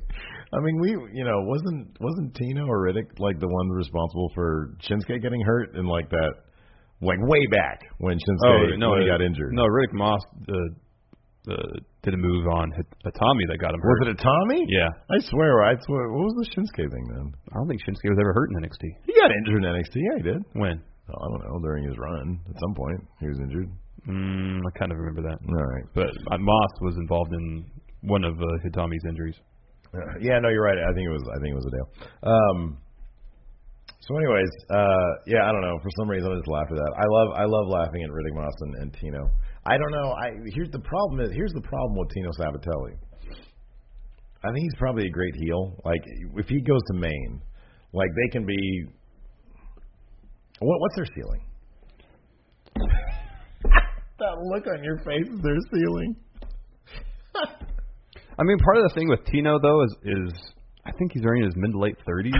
Speaker 2: I mean, we, you know, wasn't wasn't Tino or Riddick like the one responsible for Shinsuke getting hurt and like that, like way back when Shinsuke when Oh, he
Speaker 3: it-
Speaker 2: got injured?
Speaker 3: Oh, No, Riddick Moss uh, uh, did a move on Hit- Itami that got him
Speaker 2: was
Speaker 3: hurt.
Speaker 2: it a Tommy?
Speaker 3: Yeah,
Speaker 2: I swear, I swear. What was the Shinsuke thing then?
Speaker 3: I don't think Shinsuke was ever hurt in NXT.
Speaker 2: He got injured in NXT. Yeah, he did.
Speaker 3: When?
Speaker 2: Oh, I don't know. During his run, at some point, he was injured.
Speaker 3: Mm, I kind of remember that.
Speaker 2: All right.
Speaker 3: But uh, Moss was involved in one of uh, Hitami's injuries.
Speaker 2: [LAUGHS] Uh, Yeah, no, you're right. I think it was. I think it was a deal. Um, So, anyways, uh, yeah, I don't know. For some reason, I just laughed at that. I love, I love laughing at Riddick Moss and, and Tino. I don't know. I here's the problem is here's the problem with Tino Sabatelli. I think he's probably a great heel. Like if he goes to Maine, like they can be. What, what's their ceiling? [LAUGHS] that look on your face is their ceiling.
Speaker 3: I mean, part of the thing with Tino though is is I think he's already in his mid to late thirties,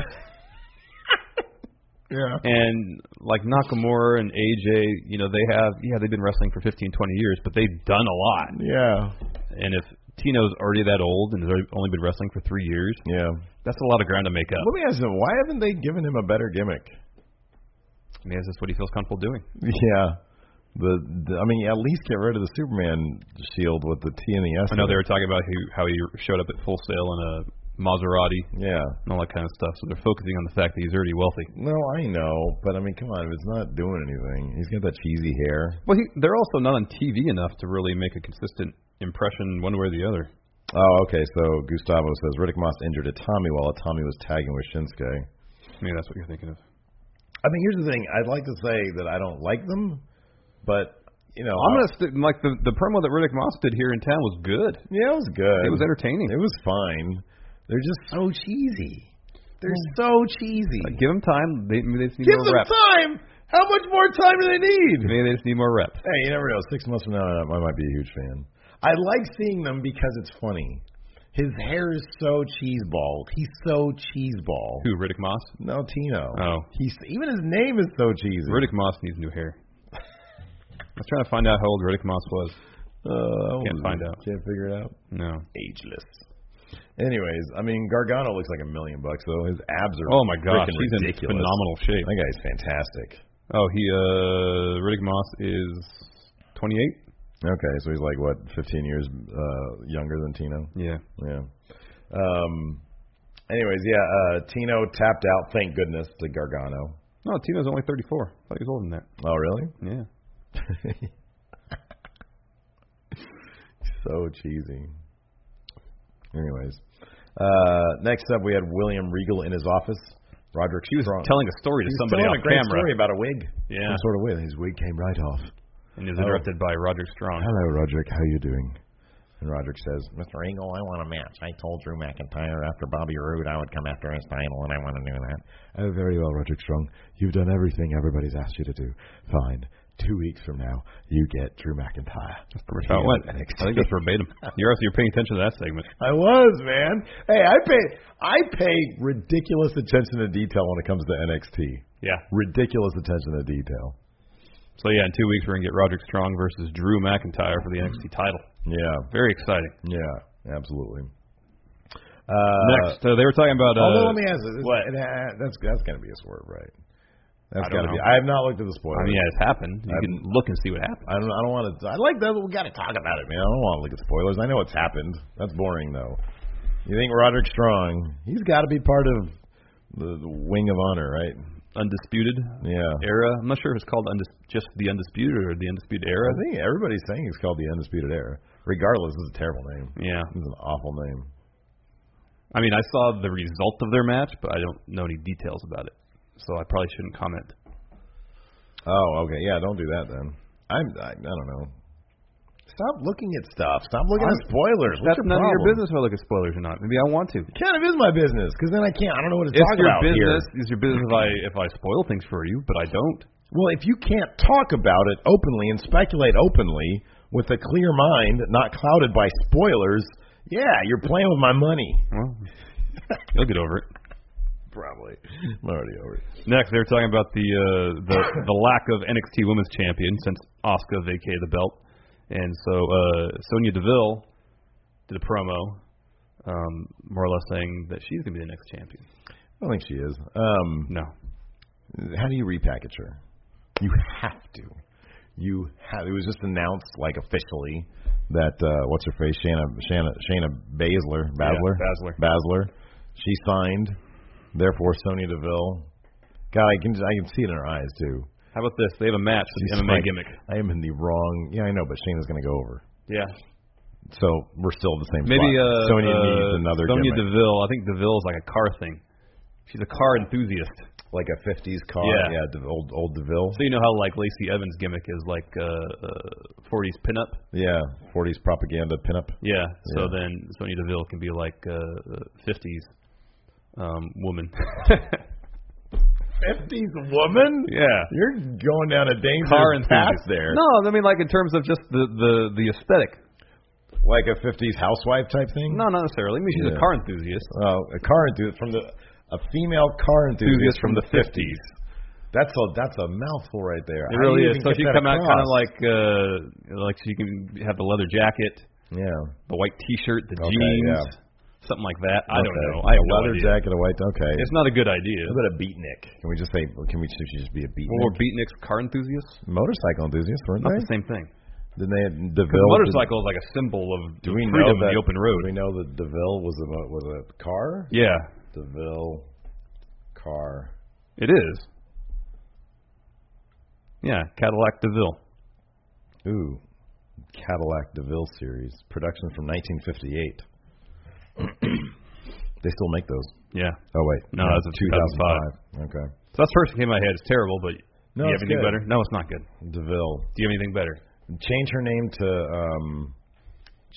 Speaker 2: Yeah.
Speaker 3: and like Nakamura and AJ, you know, they have yeah they've been wrestling for 15, 20 years, but they've done a lot.
Speaker 2: Yeah.
Speaker 3: And if Tino's already that old and has already- only been wrestling for three years,
Speaker 2: Yeah.
Speaker 3: that's a lot of ground to make up.
Speaker 2: Let me ask you, why haven't they given him a better gimmick?
Speaker 3: I mean, is this what he feels comfortable doing?
Speaker 2: Yeah. The, the I mean, at least get rid of the Superman shield with the T and the S.
Speaker 3: I know
Speaker 2: [LAUGHS]
Speaker 3: they were talking about how he, how he showed up at Full Sail in a Maserati
Speaker 2: Yeah.
Speaker 3: and all that kind of stuff. So they're focusing on the fact that he's already wealthy.
Speaker 2: No, I know, but I mean, come on, it's not doing anything. He's got that cheesy hair.
Speaker 3: Well, he, they're also not on TV enough to really make a consistent impression one way or the other.
Speaker 2: Oh, okay. So Gustavo says Riddick Moss injured Itami while Itami was tagging with Shinsuke.
Speaker 3: Maybe that's what you're thinking of.
Speaker 2: I mean, here's the thing. I'd like to say that I don't like them, but you know,
Speaker 3: I'm gonna stick, like the the promo that Riddick Moss did here in town was good.
Speaker 2: yeah, it was good.
Speaker 3: It was entertaining.
Speaker 2: It was fine. They're just so cheesy. They're so cheesy.
Speaker 3: Like, give them time. They, maybe they just need
Speaker 2: Give
Speaker 3: more
Speaker 2: them
Speaker 3: reps.
Speaker 2: time. How much more time do they need?
Speaker 3: Maybe they just need more reps.
Speaker 2: Hey, you never know. Six months from now, I might be a huge fan. I like seeing them because it's funny. His hair is so cheeseball. He's so cheeseball.
Speaker 3: Who Riddick Moss?
Speaker 2: No, Tino.
Speaker 3: Oh.
Speaker 2: He's even his name is so cheesy.
Speaker 3: Riddick Moss needs new hair. I was trying to find out how old Riddick Moss was.
Speaker 2: Uh,
Speaker 3: Can't find out.
Speaker 2: Can't figure it out.
Speaker 3: No.
Speaker 2: Ageless. Anyways, I mean Gargano looks like a million bucks though. His abs are
Speaker 3: Oh my gosh,
Speaker 2: frickin'
Speaker 3: he's
Speaker 2: ridiculous.
Speaker 3: in phenomenal shape.
Speaker 2: That guy's fantastic.
Speaker 3: Oh, he uh Riddick Moss is 28.
Speaker 2: Okay, so he's like what, 15 years uh, younger than Tino.
Speaker 3: Yeah.
Speaker 2: Yeah. Um. Anyways, yeah. Uh, Tino tapped out. Thank goodness to Gargano.
Speaker 3: No, Tino's only 34. I thought he was older than that.
Speaker 2: Oh, really?
Speaker 3: Yeah.
Speaker 2: So cheesy. Anyways, uh, next up we had William Regal in his office. Roderick
Speaker 3: He was
Speaker 2: Strong.
Speaker 3: telling a story to
Speaker 2: He was
Speaker 3: somebody
Speaker 2: telling a
Speaker 3: off
Speaker 2: great
Speaker 3: camera,
Speaker 2: story about a wig.
Speaker 3: Yeah.
Speaker 2: Some sort of wig. His wig came right off.
Speaker 3: and he was interrupted by Roger Strong.
Speaker 2: Hello, Roderick. How you doing? And Roderick says, Mr. Regal, I want a match. I told Drew McIntyre after Bobby Roode I would come after his title, and I want to do that.
Speaker 4: Oh, very well, Roderick Strong. You've done everything everybody's asked you to do. Fine. Two weeks from now, you get Drew McIntyre.
Speaker 3: That's how it went. I think that's verbatim. You're also you're paying attention to that segment.
Speaker 2: I was, man. Hey, I pay I pay ridiculous attention to detail when it comes to NXT.
Speaker 3: Yeah.
Speaker 2: Ridiculous attention to detail.
Speaker 3: So yeah, in two weeks we're gonna get Roderick Strong versus Drew McIntyre for the NXT title.
Speaker 2: Yeah,
Speaker 3: Very exciting.
Speaker 2: yeah, absolutely. Uh,
Speaker 3: Next, uh, they were talking about. Uh,
Speaker 2: although let me ask this: what? that's that's gonna be a swerve, right? That's
Speaker 3: I don't
Speaker 2: gotta be.
Speaker 3: know.
Speaker 2: I have not looked at the spoilers.
Speaker 3: I mean, yeah, it's happened. You
Speaker 2: I'm-
Speaker 3: can look and see what happened.
Speaker 2: I don't. I don't want to. I like that. but We got to talk about it, man. I don't want to look at spoilers. I know it's happened. That's boring, though. You think Roderick Strong? He's got to be part of the, the Wing of Honor, right?
Speaker 3: Undisputed
Speaker 2: Yeah.
Speaker 3: era. I'm not sure if it's called undis- just the undisputed or the undisputed era.
Speaker 2: I think everybody's saying it's called the Undisputed Era. Regardless, it's a terrible name.
Speaker 3: Yeah.
Speaker 2: It's an awful name.
Speaker 3: I mean, I saw the result of their match, but I don't know any details about it, so I probably shouldn't comment.
Speaker 2: Oh, okay. Yeah, don't do that then. I'm. I, I don't know. Stop looking at stuff. Stop looking at spoilers. What's
Speaker 3: That's
Speaker 2: your
Speaker 3: none
Speaker 2: problem?
Speaker 3: of your business if I look at spoilers or not. Maybe I want to.
Speaker 2: Kind of is my business because then I can't. I don't know what to
Speaker 3: It's
Speaker 2: talk
Speaker 3: your
Speaker 2: about here.
Speaker 3: business. It's your business if I if I spoil things for you, but I don't.
Speaker 2: Well, if you can't talk about it openly and speculate openly with a clear mind, not clouded by spoilers, yeah, you're playing with my money.
Speaker 3: Well, you'll get over it.
Speaker 2: Probably. I'm already over it.
Speaker 3: Next, they were talking about the uh, the the lack of NXT Women's Champion since Oscar vacated the belt, and so uh, Sonya Deville did a promo, um, more or less saying that she's gonna be the next champion.
Speaker 2: I don't think she is. Um,
Speaker 3: No,
Speaker 2: how do you repackage her? You have to. You have. It was just announced, like officially, that uh, what's her face, Shanna, Shanna, Shanna Baszler, Basler,
Speaker 3: Baszler.
Speaker 2: Basler. She signed. Therefore, Sonya Deville. God, I can I can see it in her eyes too.
Speaker 3: how about this? They have a match for
Speaker 2: She's
Speaker 3: the MMA
Speaker 2: like,
Speaker 3: gimmick.
Speaker 2: I am in the wrong. Yeah, I know, but Shayna's going to go over.
Speaker 3: Yeah,
Speaker 2: So we're still in the same
Speaker 3: maybe
Speaker 2: spot.
Speaker 3: uh,
Speaker 2: Sonya
Speaker 3: uh,
Speaker 2: needs another
Speaker 3: Sonya
Speaker 2: gimmick.
Speaker 3: Deville. I think Deville is like a car thing. She's a car enthusiast.
Speaker 2: like a '50s car.
Speaker 3: Yeah.
Speaker 2: yeah the old old Deville.
Speaker 3: So you know how like Lacey Evans' gimmick is like uh, uh 40s pinup.
Speaker 2: Yeah, '40s propaganda pinup.
Speaker 3: Yeah. So
Speaker 2: Yeah.
Speaker 3: then Sonya Deville can be like uh uh, 50s um [LAUGHS] woman.
Speaker 2: '50s woman.
Speaker 3: yeah.
Speaker 2: You're going down a dangerous
Speaker 3: Car
Speaker 2: path
Speaker 3: enthusiast.
Speaker 2: there.
Speaker 3: No, I mean like in terms of just the the the aesthetic.
Speaker 2: Like a '50s housewife type thing.
Speaker 3: No, not necessarily. I mean she's
Speaker 2: Yeah.
Speaker 3: a car enthusiast.
Speaker 2: Oh, a car enthusiast from the a female car enthusiast from the '50s. That's a that's a mouthful right there.
Speaker 3: It
Speaker 2: How do
Speaker 3: really
Speaker 2: you
Speaker 3: is.
Speaker 2: even
Speaker 3: So
Speaker 2: get
Speaker 3: she
Speaker 2: that
Speaker 3: come out kind
Speaker 2: across?
Speaker 3: of like uh like she can have the leather jacket,
Speaker 2: yeah.
Speaker 3: the white T-shirt, the
Speaker 2: Okay,
Speaker 3: jeans,
Speaker 2: yeah.
Speaker 3: something like that. I don't
Speaker 2: Okay.
Speaker 3: know. I have
Speaker 2: a
Speaker 3: no
Speaker 2: leather
Speaker 3: idea.
Speaker 2: jacket, a white. Okay.
Speaker 3: It's not a good idea.
Speaker 2: How about a beatnik? Can we just say? Can we should she just be a beatnik?
Speaker 3: Or beatniks, car enthusiasts.
Speaker 2: motorcycle enthusiast, weren't
Speaker 3: Not
Speaker 2: they?
Speaker 3: the same thing.
Speaker 2: Then they had
Speaker 3: Because
Speaker 2: Deville.
Speaker 3: motorcycle is like a symbol of
Speaker 2: Do we know
Speaker 3: freedom
Speaker 2: that
Speaker 3: in the open road.
Speaker 2: Do we know that Deville was a mo- was a car?
Speaker 3: Yeah,
Speaker 2: Deville car.
Speaker 3: it is. Yeah, Cadillac DeVille.
Speaker 2: Ooh, Cadillac Deville series production from 1958. [CLEARS THROAT] they still make those.
Speaker 3: Yeah.
Speaker 2: Oh wait,
Speaker 3: No, that's a
Speaker 2: 2005. Okay.
Speaker 3: So that's first that came to my head. It's terrible, but
Speaker 2: No,
Speaker 3: do you
Speaker 2: it's
Speaker 3: have anything
Speaker 2: good.
Speaker 3: better? No, it's not good.
Speaker 2: Deville.
Speaker 3: Do you have anything better?
Speaker 2: Change her name to um.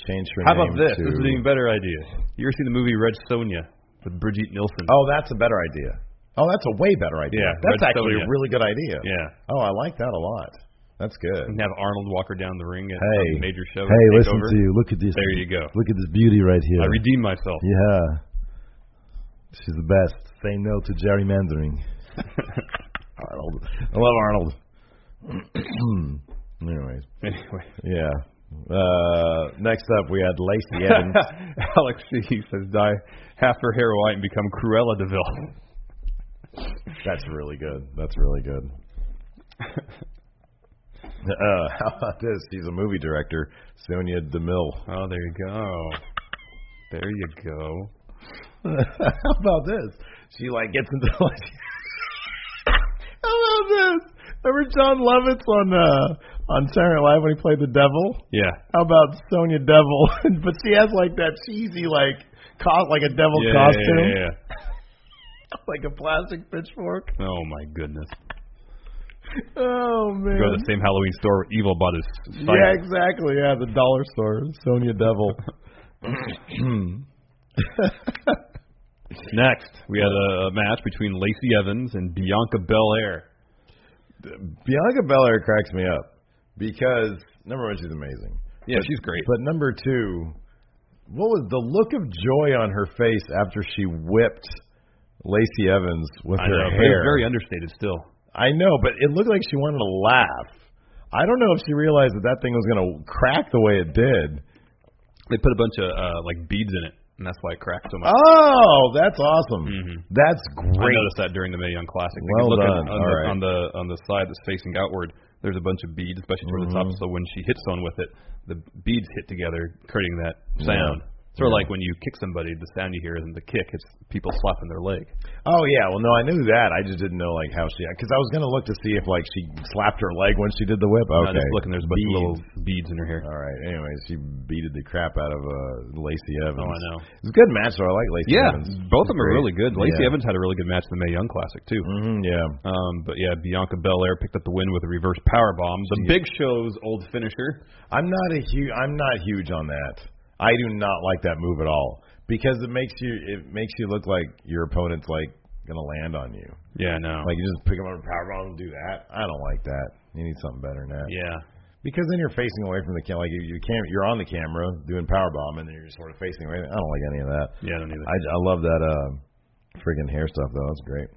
Speaker 2: Change her
Speaker 3: How
Speaker 2: name
Speaker 3: about this?
Speaker 2: to.
Speaker 3: This is an even better idea. You ever seen the movie Red Sonja with Brigitte Nielsen?
Speaker 2: Oh, that's a better idea. Oh, that's a way better idea.
Speaker 3: Yeah,
Speaker 2: that's
Speaker 3: Red
Speaker 2: actually
Speaker 3: Sonja.
Speaker 2: a really good idea.
Speaker 3: Yeah.
Speaker 2: Oh, I like that a lot. That's good.
Speaker 3: And have Arnold walk her down the ring at
Speaker 2: Hey.
Speaker 3: some major show.
Speaker 4: Hey,
Speaker 3: or
Speaker 4: listen
Speaker 3: takeover.
Speaker 4: to you. Look at this.
Speaker 3: There you go.
Speaker 4: Look at this beauty right here.
Speaker 3: I redeem myself.
Speaker 4: yeah. She's the best. Say no to gerrymandering.
Speaker 2: Arnold. I love Arnold. [CLEARS THROAT] Anyways,
Speaker 3: [LAUGHS] Anyway.
Speaker 2: yeah. Uh, next up, we had Lacey Evans.
Speaker 3: [LAUGHS] Alex she says dye half her hair white and become Cruella Deville. [LAUGHS]
Speaker 2: That's really good. That's really good. [LAUGHS] Uh, [LAUGHS] how about this? She's a movie director, Sonia DeMille.
Speaker 3: Oh, there you go. There you go.
Speaker 2: [LAUGHS] how about this? She like gets into [LAUGHS] like. how about this? Remember John Lovitz on uh, on Saturday Night Live when he played the devil?
Speaker 3: Yeah.
Speaker 2: How about Sonia Devil? [LAUGHS] but she has like that cheesy like co- like a devil
Speaker 3: yeah,
Speaker 2: costume,
Speaker 3: yeah, yeah,
Speaker 2: like a plastic pitchfork.
Speaker 3: yeah. Oh my goodness.
Speaker 2: Oh man.
Speaker 3: Go to the same Halloween store where Evil bought his site.
Speaker 2: yeah, exactly. Yeah, the dollar store, Sonia Devil.
Speaker 3: Next, we had a, a match between Lacey Evans and Bianca Belair.
Speaker 2: [LAUGHS] Bianca Belair cracks me up because number one, she's amazing.
Speaker 3: Yeah, she's great.
Speaker 2: But number two, what was the look of joy on her face after she whipped Lacey Evans with
Speaker 3: I
Speaker 2: her
Speaker 3: know, but
Speaker 2: hair?
Speaker 3: it's very understated still.
Speaker 2: I know, but it looked like she wanted to laugh. I don't know if she realized that that thing was going to crack the way it did.
Speaker 3: They put a bunch of uh, like beads in it, and that's why it cracked so much.
Speaker 2: Oh, that's awesome.
Speaker 3: Mhm.
Speaker 2: That's
Speaker 3: I
Speaker 2: great.
Speaker 3: noticed that during the Mae Young Classic. If
Speaker 2: Well
Speaker 3: you look at-
Speaker 2: done.
Speaker 3: On,
Speaker 2: All
Speaker 3: the,
Speaker 2: right.
Speaker 3: on the on the side that's facing outward, there's a bunch of beads, especially toward the top. So when she hits someone with it, the beads hit together, creating that sound. Sort of like when you kick somebody, the sound you hear isn't the kick; it's people slapping their leg.
Speaker 2: Oh yeah, well no, I knew that. I just didn't know like how she because I was going to look to see if like she slapped her leg when she did the whip.
Speaker 3: And
Speaker 2: Okay,
Speaker 3: I just looking, there's a bunch
Speaker 2: Beads.
Speaker 3: of little beads in her hair.
Speaker 2: All right. Anyway, she beated the crap out of uh, Lacey Evans.
Speaker 3: Oh, I know.
Speaker 2: It's a good match though. I like Lacey
Speaker 3: Yeah,
Speaker 2: Evans.
Speaker 3: both of them are really good. Lacey
Speaker 2: Yeah.
Speaker 3: Evans had a really good match in the Mae Young Classic too.
Speaker 2: hmm yeah.
Speaker 3: Um, but yeah, Bianca Belair picked up the win with a reverse power bomb. The Big Show's old finisher.
Speaker 2: I'm not a huge. I'm not huge on that. I do not like that move at all because it makes you. It makes you look like your opponent's like gonna land on you.
Speaker 3: Yeah, no.
Speaker 2: Like you just pick him up and powerbomb and do that. I don't like that. You need something better than that.
Speaker 3: yeah.
Speaker 2: Because then you're facing away from the camera. Like you, you can't. You're on the camera doing powerbomb, and then you're just sort of facing away. I don't like any of that.
Speaker 3: Yeah, I don't either.
Speaker 2: I, I love that uh, friggin' hair stuff though. That's great.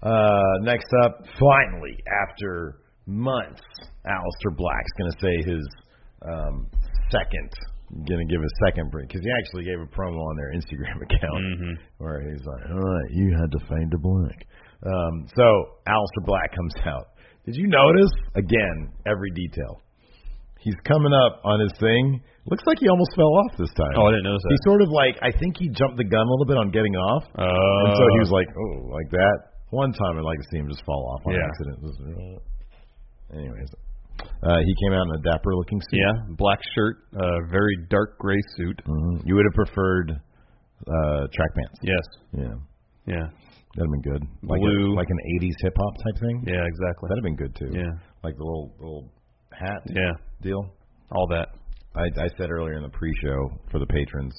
Speaker 2: Uh, next up, finally, after months, Alistair Black's gonna say his um, second, gonna give his second break because he actually gave a promo on their Instagram [LAUGHS] account
Speaker 3: Mm-hmm.
Speaker 2: where he's like, "All right, you had to find a blank." Um, so Alistair Black comes [LAUGHS] out. Did you notice again every detail? He's coming up on his thing. Looks like he almost fell off this time.
Speaker 3: Oh, I didn't notice
Speaker 2: He
Speaker 3: that.
Speaker 2: sort of like I think he jumped the gun a little bit on getting off,
Speaker 3: Uh,
Speaker 2: and so he was like, oh, like that. One time I'd like to see him just fall off on
Speaker 3: Yeah.
Speaker 2: accident. Just, uh, Anyways, uh, he came out in a dapper looking suit.
Speaker 3: yeah, black shirt, uh, very dark gray suit.
Speaker 2: Mm-hmm. Mhm. you would have preferred uh, track pants.
Speaker 3: Yes.
Speaker 2: Yeah,
Speaker 3: Yeah.
Speaker 2: That'd have been good. Like a-
Speaker 3: Blue.
Speaker 2: like an '80s hip hop type thing.
Speaker 3: Yeah, exactly.
Speaker 2: That'd have been good too.
Speaker 3: Yeah.
Speaker 2: Like the little little hat
Speaker 3: Yeah,
Speaker 2: deal.
Speaker 3: all that.
Speaker 2: I, I said earlier in the pre-show for the patrons,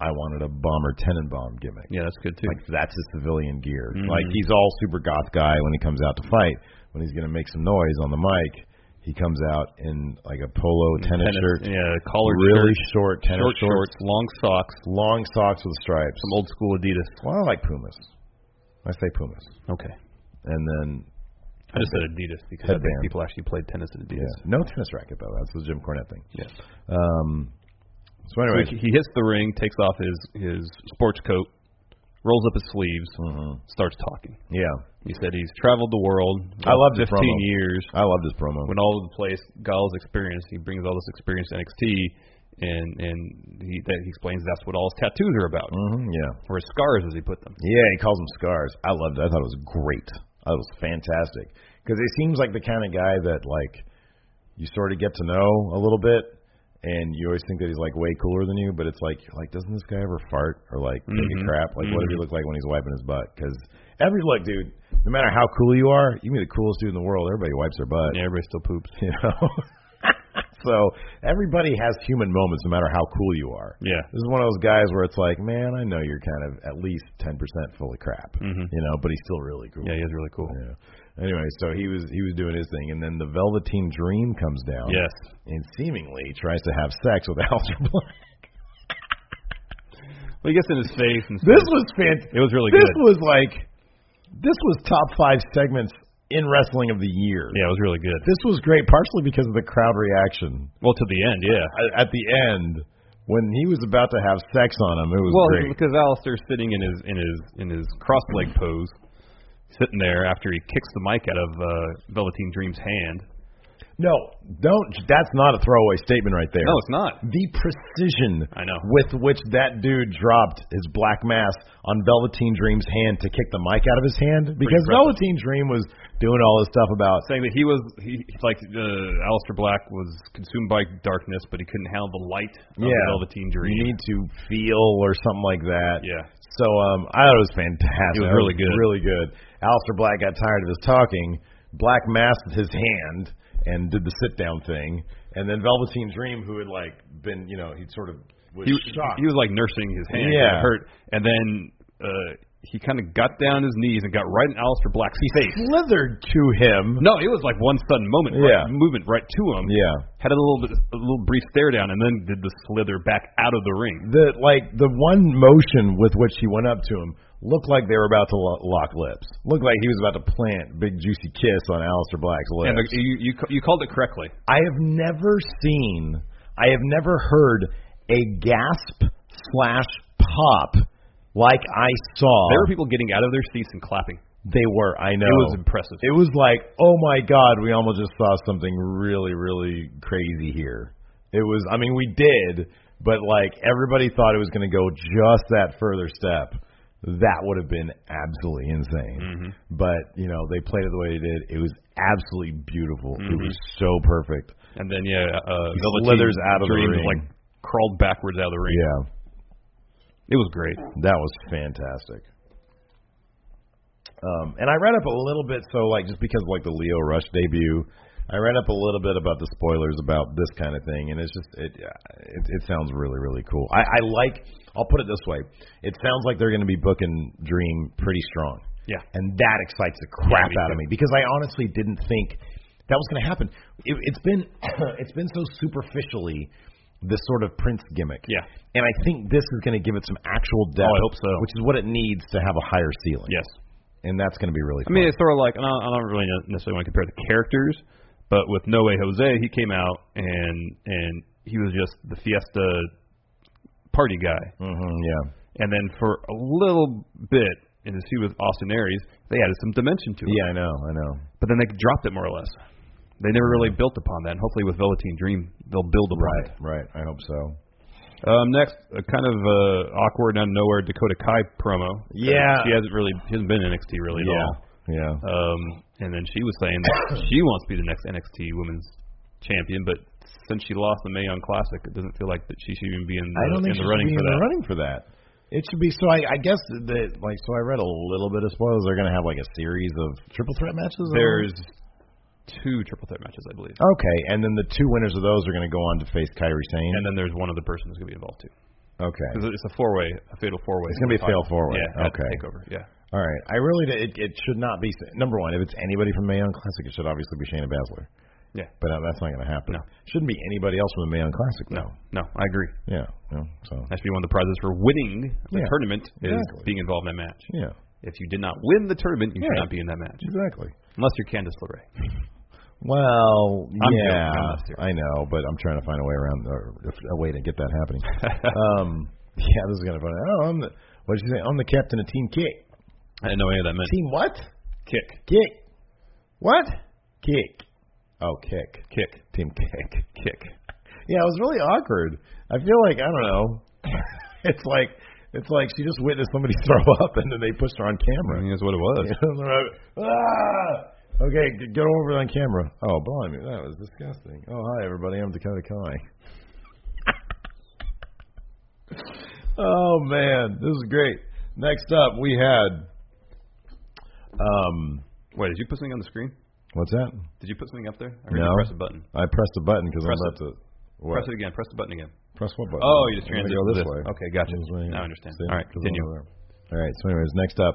Speaker 2: I wanted a bomber Tenenbaum gimmick.
Speaker 3: Yeah, that's good too.
Speaker 2: Like that's his civilian gear.
Speaker 3: Mhm.
Speaker 2: Like he's all super goth guy when he comes out to fight. When he's gonna make some noise on the mic, he comes out in like a polo tennis,
Speaker 3: Tennis-
Speaker 2: shirt,
Speaker 3: yeah, collared
Speaker 2: really
Speaker 3: shirt,
Speaker 2: short tennis
Speaker 3: short
Speaker 2: shorts,
Speaker 3: shorts, long socks,
Speaker 2: long socks with stripes.
Speaker 3: some old school Adidas.
Speaker 2: Well, I like Pumas. I say Pumas,
Speaker 3: Okay,
Speaker 2: and then
Speaker 3: I just said Adidas because I think
Speaker 2: Headband.
Speaker 3: people actually played tennis at Adidas.
Speaker 2: yeah, no tennis racket though. That's the Jim Cornette thing.
Speaker 3: Yeah.
Speaker 2: Um. So
Speaker 3: So
Speaker 2: anyway,
Speaker 3: he, he hits the ring, takes off his his sports coat, rolls up his sleeves,
Speaker 2: Mhm.
Speaker 3: starts talking.
Speaker 2: yeah,
Speaker 3: He said he's traveled the world.
Speaker 2: I love this
Speaker 3: 15
Speaker 2: promo.
Speaker 3: years.
Speaker 2: I loved his promo.
Speaker 3: When all over the place, got all his experience. He brings all this experience to NXT, and and he that he explains that's what all his tattoos are about,
Speaker 2: hmm yeah.
Speaker 3: or his scars as he put them.
Speaker 2: Yeah, he calls them scars. I loved it. I thought it was great. I thought it was fantastic because he seems like the kind of guy that like you sort of get to know a little bit, and you always think that he's like way cooler than you, but it's like you're like, doesn't this guy ever fart or like take a
Speaker 3: Mhm.
Speaker 2: crap? Like, what does he
Speaker 3: Mhm.
Speaker 2: look like when he's wiping his butt? Because every look, dude, no matter how cool you are, you can be the coolest dude in the world. Everybody wipes their butt.
Speaker 3: And everybody still poops.
Speaker 2: [LAUGHS] You know. [LAUGHS] so everybody has human moments, no matter how cool you are.
Speaker 3: Yeah.
Speaker 2: This is one of those guys where it's like, man, I know you're kind of at least ten percent full of crap,
Speaker 3: Mhm.
Speaker 2: you know, but he's still really cool.
Speaker 3: Yeah, he is really cool.
Speaker 2: Yeah. Anyway, so he was he was doing his thing, and then the Velveteen Dream comes down,
Speaker 3: Yes.
Speaker 2: and seemingly tries to have sex with [LAUGHS] Alistair Black.
Speaker 3: Well, he gets in his face and
Speaker 2: This
Speaker 3: says-
Speaker 2: was fantastic.
Speaker 3: It was really
Speaker 2: This
Speaker 3: good.
Speaker 2: was like, this was top five segments in wrestling of the year.
Speaker 3: yeah, it was really good.
Speaker 2: This was great, partially because of the crowd reaction
Speaker 3: Well, to the end, yeah.
Speaker 2: I, at the end when he was about to have sex on him. It was
Speaker 3: Well,
Speaker 2: great.
Speaker 3: because Alistair's sitting in his in his in his cross leg pose, sitting there after he kicks the mic out of uh, Velveteen Dream's hand.
Speaker 2: No, don't. That's not a throwaway statement right there.
Speaker 3: No, it's not.
Speaker 2: The precision
Speaker 3: I know.
Speaker 2: with which that dude dropped his black mass on Velveteen Dream's hand to kick the mic out of his hand because
Speaker 3: impressive.
Speaker 2: Velveteen Dream was doing all this stuff about
Speaker 3: Saying that he was he like uh, Alistair Black was consumed by darkness, but he couldn't handle the light of
Speaker 2: yeah,
Speaker 3: the Velveteen Dream.
Speaker 2: You need to feel or something like that.
Speaker 3: Yeah.
Speaker 2: So um, I thought it was fantastic.
Speaker 3: It was
Speaker 2: That
Speaker 3: really good.
Speaker 2: Really good. Alistair Black got tired of his talking. Black masked his hand and did the sit down thing, and then Velveteen Dream, who had like been, you know, he'd sort of was
Speaker 3: he,
Speaker 2: shocked.
Speaker 3: he was like nursing his hand,
Speaker 2: Yeah.
Speaker 3: it hurt, and then uh, he kind of got down his knees and got right in Alistair Black's face.
Speaker 2: slithered to him.
Speaker 3: No, it was like one sudden moment, right,
Speaker 2: Yeah.
Speaker 3: movement right to him.
Speaker 2: Yeah.
Speaker 3: had a little bit, a little brief stare down, and then did the slither back out of the ring.
Speaker 2: The like the one motion with which he went up to him looked like they were about to lo- lock lips. Looked like he was about to plant big juicy kiss on Alistair Black's lips.
Speaker 3: And the, you, you ca- you called it correctly.
Speaker 2: I have never seen, I have never heard a gasp slash pop like I saw.
Speaker 3: There were people getting out of their seats and clapping.
Speaker 2: they were, I know.
Speaker 3: It was impressive.
Speaker 2: It was like, oh my God, we almost just saw something really, really crazy here. It was, I mean, we did, but like everybody thought it was going to go just that further step. That would have been absolutely insane. But, you know, they played it the way they did. It was absolutely beautiful. It was so perfect.
Speaker 3: and then yeah, uh,
Speaker 2: He
Speaker 3: Velveteen
Speaker 2: slithers out of the
Speaker 3: Dream,
Speaker 2: ring.
Speaker 3: like crawled backwards out of the ring.
Speaker 2: Yeah.
Speaker 3: It was great.
Speaker 2: That was fantastic. Um, and I read up a little bit, so like just because of, like the Leo Rush debut, I read up a little bit about the spoilers about this kind of thing, and it's just it it, it sounds really really cool. I, I like. I'll put it this way: it sounds like they're going to be booking Dream pretty strong.
Speaker 3: Yeah.
Speaker 2: and that excites the crap
Speaker 3: me
Speaker 2: out of me because I honestly didn't think that was going to happen. It, it's been [CLEARS THROAT] it's been so superficially this sort of Prince gimmick.
Speaker 3: Yeah.
Speaker 2: and I think this is going to give it some actual depth.
Speaker 3: Oh, I hope so.
Speaker 2: Which is what it needs to have a higher ceiling.
Speaker 3: Yes,
Speaker 2: and that's going to be really.
Speaker 3: I mean it's sort of like and I, I don't really necessarily want to compare the characters, but with No Way Jose, he came out and and he was just the Fiesta party guy.
Speaker 2: hmm yeah.
Speaker 3: And then for a little bit in his feud with Austin Aries, they added some dimension to it.
Speaker 2: Yeah, I know, I know.
Speaker 3: But then they dropped it more or less. They never really built upon that. And hopefully with Velveteen Dream, they'll build upon
Speaker 2: Right,
Speaker 3: it.
Speaker 2: right. I hope so.
Speaker 3: Um, next, a kind of uh, awkward out of nowhere Dakota Kai promo.
Speaker 2: Yeah.
Speaker 3: She hasn't really she hasn't been in NXT really at all.
Speaker 2: yeah.
Speaker 3: Um, and then she was saying that [COUGHS] she wants to be the next NXT Women's Champion, but since she lost the Mae Young Classic, it doesn't feel like that she should even be in the,
Speaker 2: I don't think she's
Speaker 3: in the running
Speaker 2: being in
Speaker 3: for
Speaker 2: the
Speaker 3: that.
Speaker 2: running for that. It should be so. I, I guess that like so. I read a little bit of spoilers. They're going to have like a series of triple threat matches. or-
Speaker 3: There's two triple threat matches, I believe,
Speaker 2: okay, and then the two winners of those are going to go on to face Kyrie Sane.
Speaker 3: and then there's one other person who's going to be involved too.
Speaker 2: okay,
Speaker 3: 'Cause it's a four way, a fatal four way.
Speaker 2: It's gonna be a fatal four-way.
Speaker 3: Yeah. at
Speaker 2: Okay.
Speaker 3: Takeover. Yeah.
Speaker 2: all right. I really d- it, it should not be number one. If it's anybody from Mayon Classic, it should obviously be Shayna Baszler.
Speaker 3: Yeah.
Speaker 2: but uh, that's not going to happen.
Speaker 3: No.
Speaker 2: shouldn't be anybody else from the Mayon Classic.
Speaker 3: No.
Speaker 2: though.
Speaker 3: No, I agree.
Speaker 2: Yeah. No. So.
Speaker 3: That should be one of the prizes for winning the
Speaker 2: Yeah,
Speaker 3: tournament is
Speaker 2: exactly.
Speaker 3: being involved in that match.
Speaker 2: Yeah.
Speaker 3: If you did not win the tournament, you
Speaker 2: Yeah.
Speaker 3: should not be in that match.
Speaker 2: Exactly.
Speaker 3: Unless you're Candice LeRae.
Speaker 2: Well,
Speaker 3: I'm
Speaker 2: yeah,
Speaker 3: joking. I'm not serious.
Speaker 2: I know, but I'm trying to find a way around or a way to get that happening. um, yeah, this is gonna be fun. Oh, I'm the what did you say? I'm the captain of Team Kick.
Speaker 3: I didn't know any of that meant.
Speaker 2: Team what?
Speaker 3: Kick.
Speaker 2: Kick. What? Kick. Oh, kick.
Speaker 3: Kick.
Speaker 2: Team Kick. [LAUGHS]
Speaker 3: Kick.
Speaker 2: Yeah, it was really awkward. I feel like I don't know. [LAUGHS] it's like it's like she just witnessed somebody [LAUGHS] throw up and then they pushed her on camera.
Speaker 3: That's what it was.
Speaker 2: [LAUGHS] You know, they're like, "Ah!" Okay, g- get over on camera. Oh, blimey, that was disgusting. Oh, hi everybody, I'm Dakota Kai. [LAUGHS] oh man, this is great. Next up, we had. Um,
Speaker 3: Wait, did you put something on the screen?
Speaker 2: what's that?
Speaker 3: Did you put something up there? I heard
Speaker 2: No.
Speaker 3: you press a button.
Speaker 2: I pressed a button because I'm
Speaker 3: Press
Speaker 2: about to. What?
Speaker 3: Press it again. Press the button again.
Speaker 2: Press what button?
Speaker 3: Oh, you just
Speaker 2: I'm gonna
Speaker 3: transitioned
Speaker 2: go this
Speaker 3: to
Speaker 2: way.
Speaker 3: this. Okay, gotcha.
Speaker 2: This way.
Speaker 3: Now I understand.
Speaker 2: See?
Speaker 3: All right,
Speaker 2: 'Cause I'm
Speaker 3: continue.
Speaker 2: over there. All right. So, anyways, next up,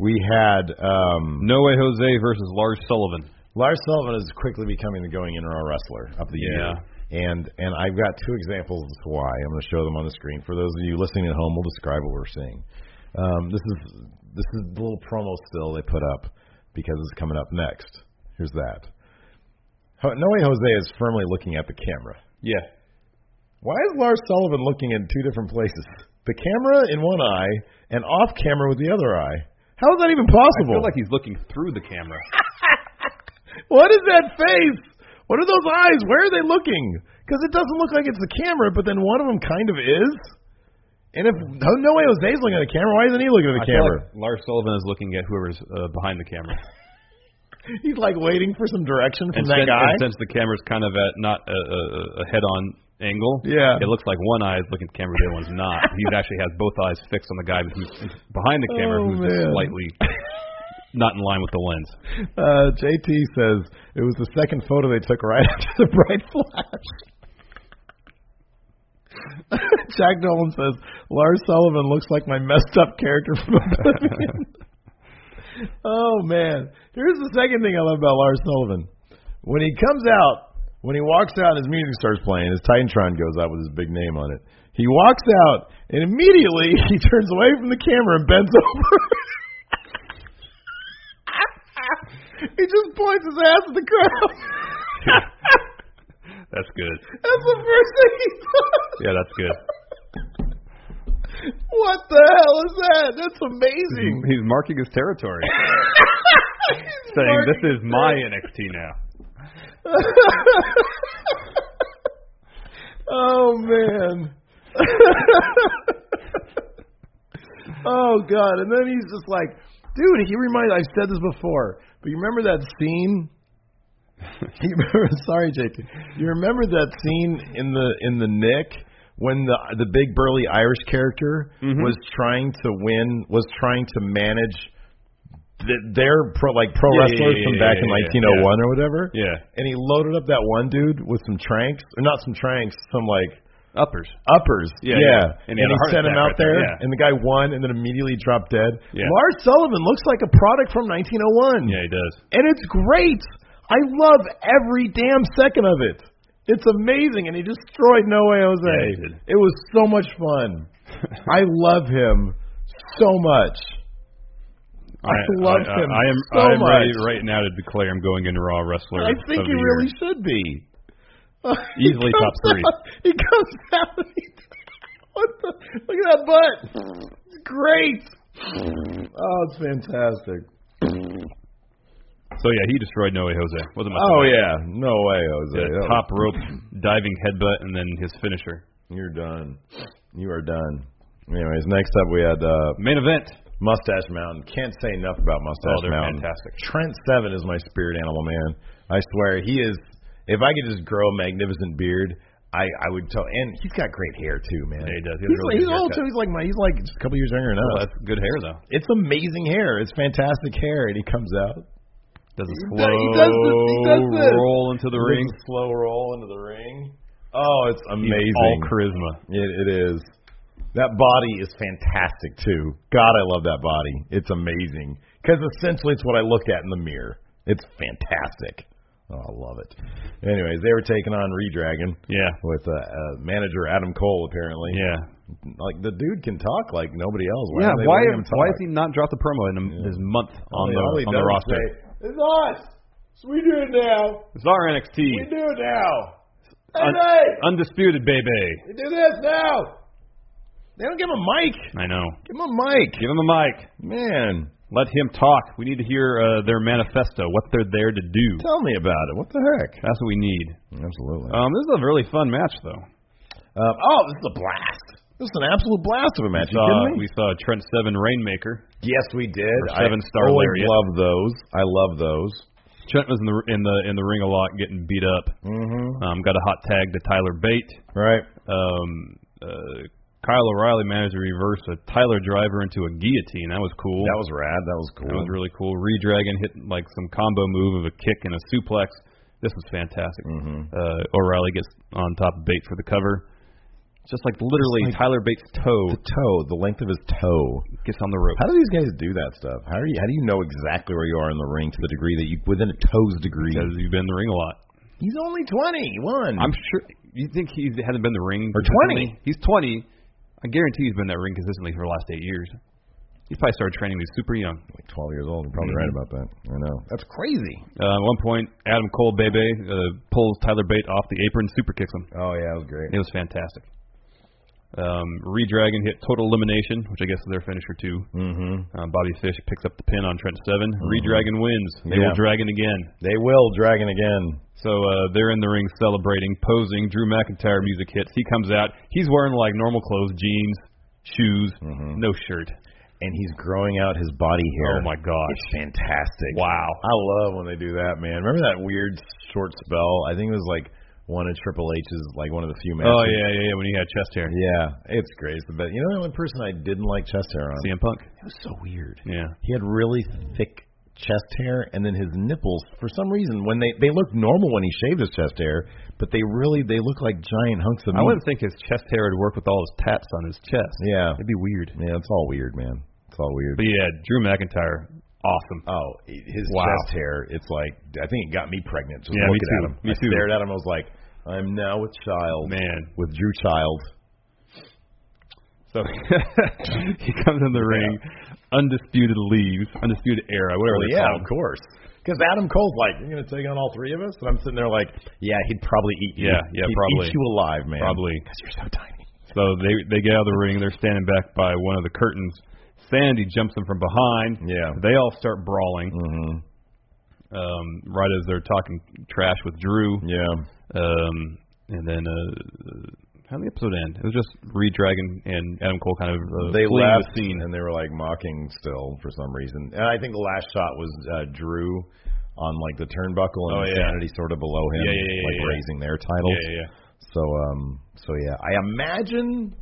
Speaker 2: we had um,
Speaker 3: No way Jose versus Lars Sullivan.
Speaker 2: Lars Sullivan is quickly becoming the going in raw wrestler of the
Speaker 3: Yeah.
Speaker 2: year. And and I've got two examples as to why. I'm going to show them on the screen. For those of you listening at home, we'll describe what we're seeing. Um, this is this is the little promo still they put up because it's coming up next. Here's that. Ho- No way Jose is firmly looking at the camera.
Speaker 3: Yeah.
Speaker 2: Why is Lars Sullivan looking in two different places? The camera in one eye and off camera with the other eye. How is that even
Speaker 3: I
Speaker 2: possible?
Speaker 3: feel like he's looking through the camera.
Speaker 2: What is that face? What are those eyes? Where are they looking? Because it doesn't look like it's the camera, but then one of them kind of is. And if no, no way Jose's looking at the camera, why isn't he looking at the
Speaker 3: I feel
Speaker 2: camera?
Speaker 3: like Lars Sullivan is looking at whoever's uh, behind the camera.
Speaker 2: [LAUGHS] He's like waiting for some direction from
Speaker 3: and,
Speaker 2: that
Speaker 3: since,
Speaker 2: guy.
Speaker 3: and since the camera's kind of at not a, a, a head-on angle,
Speaker 2: Yeah.
Speaker 3: it looks like one eye is looking at the camera, the other one's not. he actually has both eyes fixed on the guy who's behind the camera,
Speaker 2: Oh,
Speaker 3: who's just
Speaker 2: man.
Speaker 3: slightly not in line with the lens.
Speaker 2: Uh, JT says it was the second photo they took right [LAUGHS] after the bright flash. [LAUGHS] Jack Nolan says Lars Sullivan looks like my messed up character from Oblivion. oh man, here's the second thing I love about Lars Sullivan. When he comes out, when he walks out, his music starts playing. His Titantron goes out with his big name on it. He walks out, and immediately [LAUGHS] he turns away from the camera and bends over. [LAUGHS] He just points his ass at the crowd. [LAUGHS]
Speaker 3: That's good.
Speaker 2: That's the first thing he does.
Speaker 3: Yeah, that's good.
Speaker 2: What the hell is that? That's amazing.
Speaker 3: He's marking his territory, saying this is my NXT now.
Speaker 2: [LAUGHS] Oh man. [LAUGHS] oh god. And then he's just like, dude. He reminds. I've said this before, but you remember that scene. [LAUGHS] You remember, [LAUGHS] sorry, JT. You remember that scene in the in the Nick when the the big burly Irish character
Speaker 3: Mm-hmm.
Speaker 2: was trying to win, was trying to manage th- their pro like pro
Speaker 3: Yeah, yeah,
Speaker 2: wrestlers
Speaker 3: yeah,
Speaker 2: from
Speaker 3: yeah,
Speaker 2: back in
Speaker 3: yeah, yeah,
Speaker 2: 1901 or whatever.
Speaker 3: Yeah,
Speaker 2: and he loaded up that one dude with some tranks, or not some tranks, some like
Speaker 3: uppers.
Speaker 2: uppers.
Speaker 3: Yeah, yeah.
Speaker 2: And,
Speaker 3: And he
Speaker 2: he
Speaker 3: had a heart
Speaker 2: sent him
Speaker 3: attack
Speaker 2: out
Speaker 3: right
Speaker 2: there,
Speaker 3: there, yeah.
Speaker 2: and the guy won, and then immediately dropped dead.
Speaker 3: Yeah.
Speaker 2: Lars Sullivan looks like a product from 1901,
Speaker 3: Yeah, he does.
Speaker 2: and it's great. I love every damn second of it. It's amazing, and he destroyed No Way Jose.
Speaker 3: Yeah, he did.
Speaker 2: it was so much
Speaker 3: [LAUGHS]
Speaker 2: fun. I love him so much. I love
Speaker 3: I,
Speaker 2: him
Speaker 3: I, am.
Speaker 2: so
Speaker 3: I am ready
Speaker 2: much.
Speaker 3: right now to declare I'm going into Raw wrestler.
Speaker 2: I think
Speaker 3: of
Speaker 2: he
Speaker 3: the
Speaker 2: really
Speaker 3: year.
Speaker 2: should be. [LAUGHS]
Speaker 3: Easily top three.
Speaker 2: Out, he comes out and he [LAUGHS] what the look at that butt. It's great. Oh, it's fantastic.
Speaker 3: So yeah, he destroyed Noe Jose. Wasn't much.
Speaker 2: Oh yeah. No way, Jose.
Speaker 3: Yeah,
Speaker 2: That
Speaker 3: top rope diving headbutt and then his finisher.
Speaker 2: was- You're done. You are done. Anyways, next up we had uh
Speaker 3: Main event.
Speaker 2: Mustache Mountain. Can't say enough about Mustache
Speaker 3: Oh, they're
Speaker 2: Mountain.
Speaker 3: fantastic.
Speaker 2: Trent Seven is my spirit animal, man. I swear he is. If I could just grow a magnificent beard, I I would tell, and he's got great hair too, man.
Speaker 3: Yeah, he does. He has
Speaker 2: He's,
Speaker 3: a
Speaker 2: like,
Speaker 3: really
Speaker 2: he's
Speaker 3: good
Speaker 2: old
Speaker 3: haircut.
Speaker 2: too. He's like my, he's like just a couple years younger than
Speaker 3: Oh,
Speaker 2: us.
Speaker 3: that's good hair though.
Speaker 2: It's amazing hair. It's fantastic hair, and he comes out.
Speaker 3: Does a
Speaker 2: He
Speaker 3: slow
Speaker 2: does- he does this- he does this.
Speaker 3: roll into the ring.
Speaker 2: Big slow roll into the ring. Oh, it's
Speaker 3: He's
Speaker 2: amazing.
Speaker 3: all charisma.
Speaker 2: It, it is. That body is fantastic too. God, I love that body. It's amazing because essentially it's what I look at in the mirror. It's fantastic. Oh, I love it. Anyways, they were taking on Redragon
Speaker 3: Yeah,
Speaker 2: with uh, uh, manager Adam Cole apparently.
Speaker 3: yeah,
Speaker 2: Like the dude can talk like nobody else. Why
Speaker 3: yeah.
Speaker 2: are they
Speaker 3: Why
Speaker 2: letting him talk?
Speaker 3: why has he not dropped the promo in a, his month on
Speaker 2: All he-
Speaker 3: the
Speaker 2: all he
Speaker 3: on the
Speaker 2: does is
Speaker 3: roster?
Speaker 2: say, it's us. So we do it now.
Speaker 3: It's our NXT
Speaker 2: We do it now. Hey,
Speaker 3: Un-
Speaker 2: hey,
Speaker 3: undisputed baby.
Speaker 2: we do this now. They don't give him a mic.
Speaker 3: I know.
Speaker 2: Give him a mic.
Speaker 3: Give him a mic.
Speaker 2: Man,
Speaker 3: Let him talk. We need to hear uh, their manifesto, what they're there to do.
Speaker 2: tell me about it. What the heck?
Speaker 3: That's what we need.
Speaker 2: Absolutely.
Speaker 3: Um, this is a really fun match, though.
Speaker 2: Um, oh, this is a blast. This is an absolute blast of a match.
Speaker 3: We
Speaker 2: You
Speaker 3: saw,
Speaker 2: kidding me?
Speaker 3: we saw Trent Seven Rainmaker.
Speaker 2: Uh, Yes, we did.
Speaker 3: Or seven
Speaker 2: I
Speaker 3: star
Speaker 2: always
Speaker 3: lariat.
Speaker 2: love those. I love those.
Speaker 3: Trent was in the in the in the ring a lot, getting beat up.
Speaker 2: Mm-hmm.
Speaker 3: Um, got a hot tag to Tyler Bate.
Speaker 2: Right.
Speaker 3: Um, uh, Kyle O'Reilly managed to reverse a Tyler driver into a guillotine. That was cool.
Speaker 2: That was rad. That was cool.
Speaker 3: That was really cool. Redragon hit like some combo move of a kick and a suplex. This was fantastic.
Speaker 2: Mm-hmm.
Speaker 3: Uh, O'Reilly gets on top of Bate for the cover. Just like literally
Speaker 2: Just like-
Speaker 3: Tyler Bates' toe
Speaker 2: the toe, the length of his toe.
Speaker 3: gets on the rope.
Speaker 2: How do these guys do that stuff? How are you? How do you know exactly where you are in the ring to the degree that you within a toe's degree?
Speaker 3: Because you've been in the ring a lot.
Speaker 2: he's only twenty one.
Speaker 3: I'm sure you think he hasn't been in the ring
Speaker 2: Or 20.
Speaker 3: consistently? He's 20. I guarantee he's been in that ring consistently for the last eight years. He's probably started training when he was super young.
Speaker 2: like twelve years old. You're probably right about that. I know. That's crazy.
Speaker 3: Uh, at one point, Adam Cole Bebe uh, pulls Tyler Bate off the apron, super kicks him.
Speaker 2: Oh yeah, that was great.
Speaker 3: It was fantastic. Um, Redragon hit total elimination, which I guess is their finisher too.
Speaker 2: Mm-hmm.
Speaker 3: Um, Bobby Fish picks up the pin on Trent Seven. Redragon wins. They
Speaker 2: Yeah.
Speaker 3: will dragon again.
Speaker 2: They will dragon again.
Speaker 3: So uh, they're in the ring celebrating, posing. Drew McIntyre music hits. He comes out. He's wearing like normal clothes, jeans, shoes, no shirt.
Speaker 2: and he's growing out his body hair.
Speaker 3: Oh my gosh.
Speaker 2: It's fantastic.
Speaker 3: Wow.
Speaker 2: I love when they do that, man. Remember that weird short spell? I think it was like one of Triple H's, like one of the few matches.
Speaker 3: Oh yeah, yeah, yeah. When he had chest hair,
Speaker 2: Yeah, it's great. It's the best. You know the only person I didn't like chest hair on?
Speaker 3: CM Punk.
Speaker 2: It was so weird.
Speaker 3: Yeah.
Speaker 2: He had really thick chest hair and then his nipples for some reason when they they looked normal when he shaved his chest hair but they really they look like giant hunks of
Speaker 3: I
Speaker 2: meat
Speaker 3: wouldn't think his chest hair would work with all his tats on his chest.
Speaker 2: yeah
Speaker 3: It'd be weird.
Speaker 2: yeah it's all weird man it's all weird
Speaker 3: But yeah, Drew McIntyre, awesome.
Speaker 2: Oh, i- his
Speaker 3: Wow.
Speaker 2: chest hair. It's like I think it got me pregnant just
Speaker 3: Yeah, me
Speaker 2: looking
Speaker 3: too.
Speaker 2: at him.
Speaker 3: Me
Speaker 2: I
Speaker 3: too.
Speaker 2: stared at him. I was like, I'm now a child
Speaker 3: Man,
Speaker 2: with Drew Child.
Speaker 3: So [LAUGHS] he comes in the ring, undisputed leaves, undisputed era, whatever
Speaker 2: Well,
Speaker 3: they
Speaker 2: yeah, of
Speaker 3: call it.
Speaker 2: course. Because Adam Cole's like, you're gonna take on all three of us, and I'm sitting there like, yeah, he'd probably eat you.
Speaker 3: Yeah, yeah,
Speaker 2: He'd
Speaker 3: probably.
Speaker 2: eat you alive, man.
Speaker 3: Probably.
Speaker 2: Because you're so tiny.
Speaker 3: So they they get out of the ring. They're standing back by one of the curtains. Sandy jumps them from behind.
Speaker 2: Yeah.
Speaker 3: They all start brawling.
Speaker 2: Mm-hmm.
Speaker 3: Um, right as they're talking trash with Drew.
Speaker 2: Yeah.
Speaker 3: Um, and then uh, how did the episode end? It was just Reed Dragon and Adam Cole kind of uh,
Speaker 2: they
Speaker 3: fleeing
Speaker 2: left
Speaker 3: the scene.
Speaker 2: and they were like mocking still for some reason. And I think the last shot was uh, Drew on like the turnbuckle
Speaker 3: Oh,
Speaker 2: and
Speaker 3: yeah.
Speaker 2: Insanity sort of below him,
Speaker 3: Yeah, yeah, yeah,
Speaker 2: like
Speaker 3: yeah.
Speaker 2: raising their titles.
Speaker 3: Yeah, yeah, yeah.
Speaker 2: So um so yeah, I imagine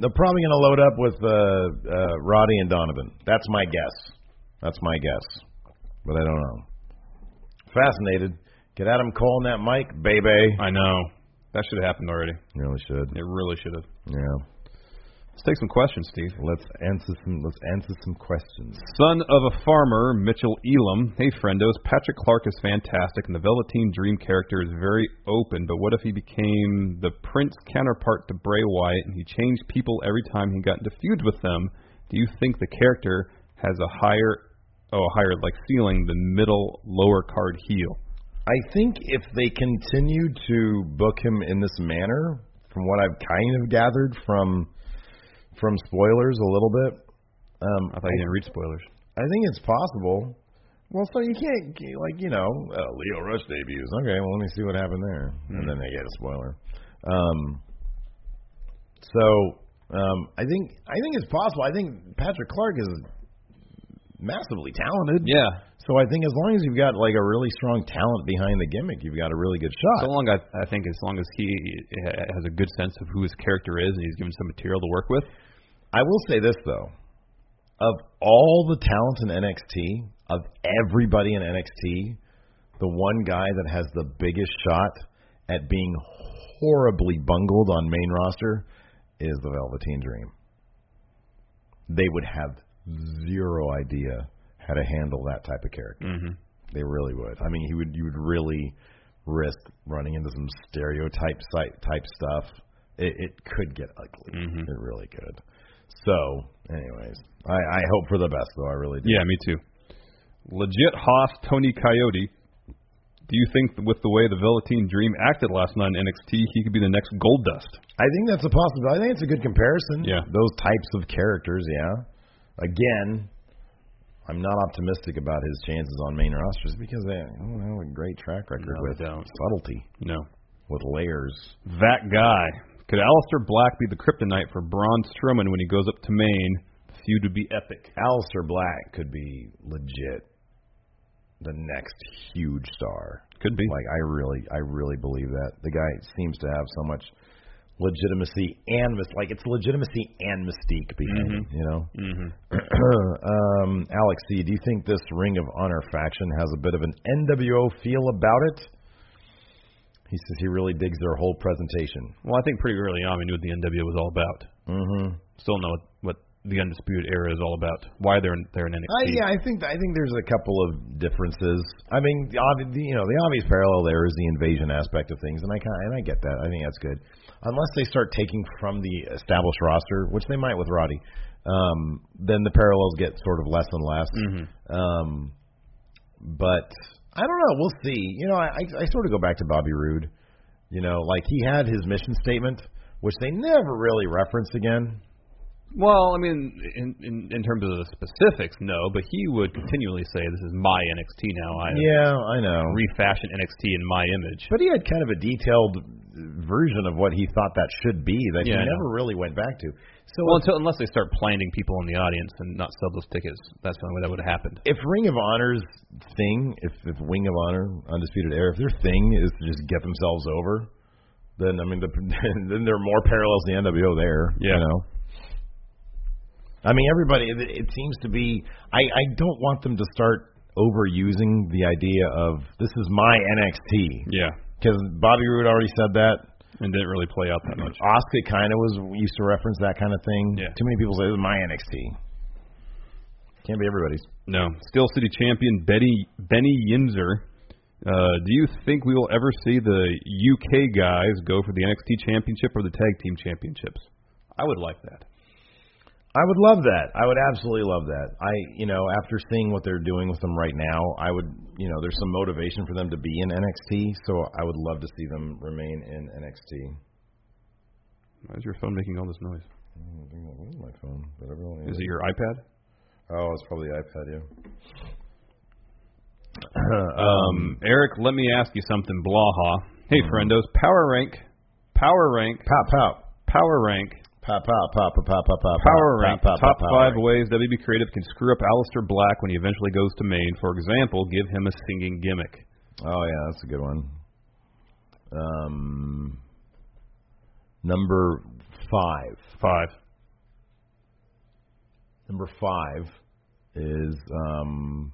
Speaker 2: they're probably gonna load up with uh, uh Roddy and Donovan. That's my guess. That's my guess. But I don't know. Fascinated. Get Adam Cole on that mic, baby.
Speaker 3: I know that should have happened already.
Speaker 2: You really should.
Speaker 3: It really should have.
Speaker 2: Yeah.
Speaker 3: Let's take some questions, Steve.
Speaker 2: Let's answer some let's answer some questions.
Speaker 3: Son of a farmer, Mitchell Elam. Hey, friendos. Patrick Clark is fantastic, and the Velveteen Dream character is very open, but what if he became the Prince counterpart to Bray Wyatt and he changed people every time he got into feuds with them? Do you think the character has a higher, oh, a higher, like, ceiling than middle, lower card heel?
Speaker 2: I think if they continue to book him in this manner, from what I've kind of gathered from from spoilers a little bit, um,
Speaker 3: I thought you didn't read spoilers.
Speaker 2: I think it's possible. Well, so you can't like you know uh, Leo Rush debuts. Okay, well let me see what happened there,
Speaker 3: Hmm.
Speaker 2: and then they get a spoiler. Um, so um, I think I think it's possible. I think Patrick Clark is massively talented.
Speaker 3: Yeah.
Speaker 2: So I think as long as you've got like a really strong talent behind the gimmick, you've got a really good shot.
Speaker 3: So long, I, I think, as long as he eh, has a good sense of who his character is and he's given some material to work with.
Speaker 2: I will say this though, of all the talents in NXT, of everybody in NXT, the one guy that has the biggest shot at being horribly bungled on main roster is the Velveteen Dream. They would have zero idea how to handle that type of character. They really would. I mean, he would you would really risk running into some stereotype site type stuff. It, it could get ugly. It really could. So, anyways, I, I hope for the best though. I really do.
Speaker 3: Yeah, me too. Legit Haas Tony Coyote. Do you think that with the way the Velveteen Dream acted last night in NXT, he could be the next Gold Dust?
Speaker 2: I think that's a possibility. I think it's a good comparison.
Speaker 3: Yeah.
Speaker 2: Those types of characters, yeah. Again, I'm not optimistic about his chances on main rosters because they don't have a great track record
Speaker 3: No, they
Speaker 2: with
Speaker 3: don't.
Speaker 2: subtlety,
Speaker 3: No.
Speaker 2: with layers.
Speaker 3: That guy. Could Aleister Black be the kryptonite for Braun Strowman when he goes up to Maine? The feud would be epic.
Speaker 2: Alistair Black could be legit the next huge star.
Speaker 3: Could be.
Speaker 2: Like I really I really believe that. The guy seems to have so much legitimacy and mis- like it's legitimacy and mystique behind him, you know.
Speaker 3: Mm-hmm.
Speaker 2: Mm-hmm. [CLEARS THROAT] um Alex C, do you think this Ring of Honor faction has a bit of an NWO feel about it? He says he really digs their whole presentation.
Speaker 3: Well, I think pretty early on we knew what the NWO was all about. Mm-hmm.
Speaker 2: Mhm.
Speaker 3: Still know what, what the Undisputed Era is all about. Why they're in, they're in NXT.
Speaker 2: I, Uh, yeah, I think I think there's a couple of differences. I mean, the obvi- the, you know, the obvious parallel there is the invasion aspect of things, and I kind and I get that. I think that's good, unless they start taking from the established roster, which they might with Roddy. Um, then the parallels get sort of less and less. Um, but I don't know. We'll see. You know, I, I I sort of go back to Bobby Roode. You know, like he had his mission statement, which they never really referenced again.
Speaker 3: Well, I mean, in, in in terms of the specifics, no, but he would continually say, "This is my NXT now. I
Speaker 2: Yeah, I know.
Speaker 3: refashion NXT in my image."
Speaker 2: But he had kind of a detailed version of what he thought that should be that
Speaker 3: Yeah,
Speaker 2: he
Speaker 3: I know.
Speaker 2: never really went back to. So
Speaker 3: Well,
Speaker 2: if,
Speaker 3: until unless they start planting people in the audience and not sell those tickets, that's the only way that would have happened.
Speaker 2: if Ring of Honor's thing, if, if Wing of Honor, Undisputed Era, if their thing is to just get themselves over, then I mean, the, [LAUGHS] then there are more parallels to the NWO there. You
Speaker 3: Yeah.
Speaker 2: know. I mean, everybody. It, it seems to be. I I don't want them to start overusing the idea of this is my NXT
Speaker 3: Yeah,
Speaker 2: because Bobby Roode already said that.
Speaker 3: and didn't really play out [CLEARS THROAT] that much.
Speaker 2: Oscar kind of was used to reference that kind of thing.
Speaker 3: Yeah.
Speaker 2: Too many people say this is my NXT. Can't be everybody's.
Speaker 3: No, Steel City champion Betty Benny Yinzer. Uh, do you think we will ever see the UK guys go for the NXT championship or the tag team championships? I would like that.
Speaker 2: I would love that. I would absolutely love that. I, you know, after seeing what they're doing with them right now, I would, you know, there's some motivation for them to be in NXT. So I would love to see them remain in NXT.
Speaker 3: Why is your phone making all this noise?
Speaker 2: My phone, but everyone
Speaker 3: Is it your [CLEARS THROAT] iPad?
Speaker 2: Oh, it's probably the iPad. Yeah.
Speaker 3: Um, Eric, let me ask you something, Blaha. Hey, friendos, power rank, power rank,
Speaker 2: Pop, pop,
Speaker 3: power rank,
Speaker 2: pop, pop, pop, pop, pop, pop, pop.
Speaker 3: power rank.
Speaker 2: pop, pop,
Speaker 3: top
Speaker 2: pop,
Speaker 3: five
Speaker 2: rank.
Speaker 3: ways WB Creative can screw up Alistair Black when he eventually goes to Maine. For example, give him a singing gimmick.
Speaker 2: Oh yeah, that's a good one. Um, number five.
Speaker 3: Five.
Speaker 2: Number five is um.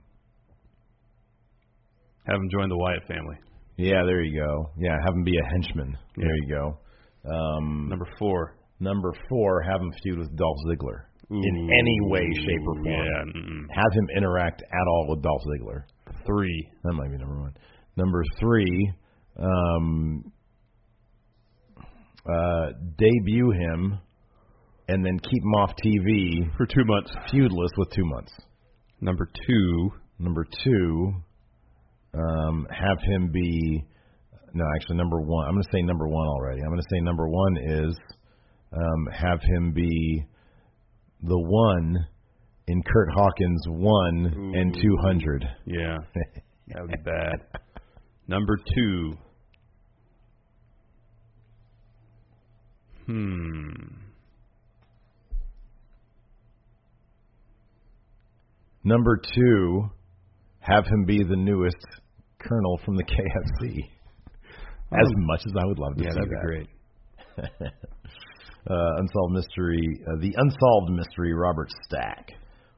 Speaker 3: Have him join the Wyatt family.
Speaker 2: Yeah, there you go. Yeah, have him be a henchman. There you go. Um,
Speaker 3: Number four.
Speaker 2: number four, have him feud with Dolph Ziggler in
Speaker 3: Ooh.
Speaker 2: any way, shape, or form.
Speaker 3: Yeah. mm,
Speaker 2: Have him interact at all with Dolph Ziggler.
Speaker 3: Three.
Speaker 2: That might be number one. Number three, um, uh, debut him and then keep him off TV
Speaker 3: For two months.
Speaker 2: feudless with two months.
Speaker 3: Number two.
Speaker 2: Number two, um, have him be. No, actually, number one. I'm going to say number one already. I'm going to say number one is um, have him be the one in Kurt Hawkins one and two hundred. [LAUGHS]
Speaker 3: Yeah. that would be bad. Number two. Hmm.
Speaker 2: Number two, have him be the newest colonel from the [LAUGHS] KFC. As much as I would love to
Speaker 3: Oh. Yeah,
Speaker 2: see
Speaker 3: that'd be
Speaker 2: that.
Speaker 3: great.
Speaker 2: Uh, unsolved mystery, uh, the unsolved mystery, Robert Stack.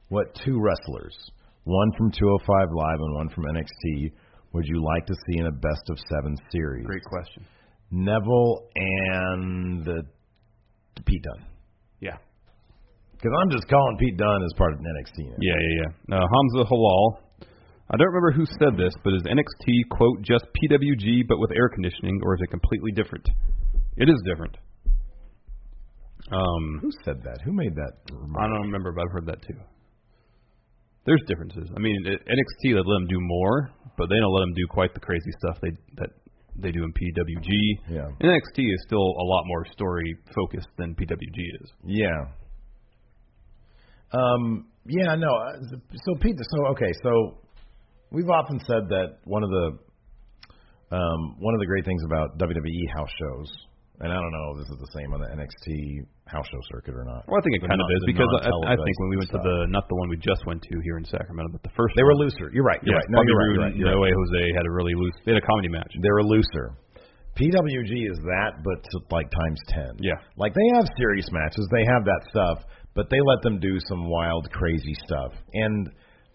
Speaker 2: What two wrestlers, one from 205 Live and one from NXT, would you like to see in a best of seven series?
Speaker 3: Great question.
Speaker 2: Neville and the, Pete Dunne.
Speaker 3: Yeah.
Speaker 2: Because I'm just calling Pete Dunne as part of NXT. now.
Speaker 3: Yeah, yeah, yeah. Uh, Hamza Halal. I don't remember who said this, but is NXT quote just PWG but with air conditioning, or is it completely different? It is different. Um,
Speaker 2: Who said that? Who made that? remark?
Speaker 3: I don't remember, but I've heard that too. There's differences. I mean, at NXT they let them do more, but they don't let them do quite the crazy stuff they that they do in PWG.
Speaker 2: Yeah.
Speaker 3: And NXT is still a lot more story focused than PWG is.
Speaker 2: Yeah. Um. Yeah. No. uh, So Pete. So okay. So we've often said that one of the um one of the great things about WWE house shows, and I don't know if this is the same on the NXT house show circuit or not.
Speaker 3: Well, I think
Speaker 2: The
Speaker 3: it kind of
Speaker 2: non-
Speaker 3: is
Speaker 2: the
Speaker 3: because I, I
Speaker 2: non-televised
Speaker 3: think when we went to
Speaker 2: stuff.
Speaker 3: the not the one we just went to here in Sacramento, but the first
Speaker 2: they were
Speaker 3: one,
Speaker 2: looser. You're right. You're
Speaker 3: Yeah,
Speaker 2: right. No,
Speaker 3: Bobby
Speaker 2: you're right.
Speaker 3: Roode
Speaker 2: You're right. You're
Speaker 3: and
Speaker 2: right.
Speaker 3: Noe Jose had a really loose. They had a comedy match.
Speaker 2: They're looser. PWG is that, but to like times ten.
Speaker 3: Yeah.
Speaker 2: Like they have serious matches, they have that stuff, but they let them do some wild, crazy stuff. And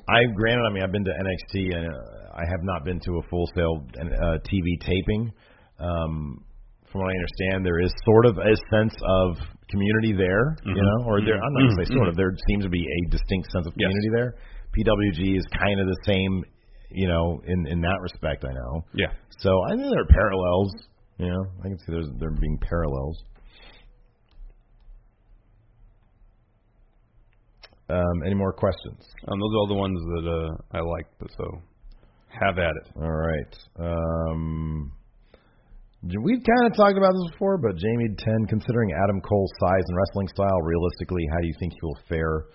Speaker 2: I, granted, I mean, I've been to NXT, and uh, I have not been to a full sale uh, TV taping. Um, from what I understand, there is sort of a sense of community there,
Speaker 3: Mm-hmm.
Speaker 2: you know, or there. I'm not going to say sort of. There seems to be a distinct sense of
Speaker 3: Yes.
Speaker 2: community there. PWG is kind of the same, you know, in in that respect. I know.
Speaker 3: Yeah,
Speaker 2: So I think there are parallels. You know, I can see there's there being parallels. Um, any more questions?
Speaker 3: um, those are all the ones that uh, I liked. But so have at it.
Speaker 2: All right. Um, j- we've kind of talked about this before, but Jamie Ten, considering Adam Cole's size and wrestling style, realistically, how do you think he will fare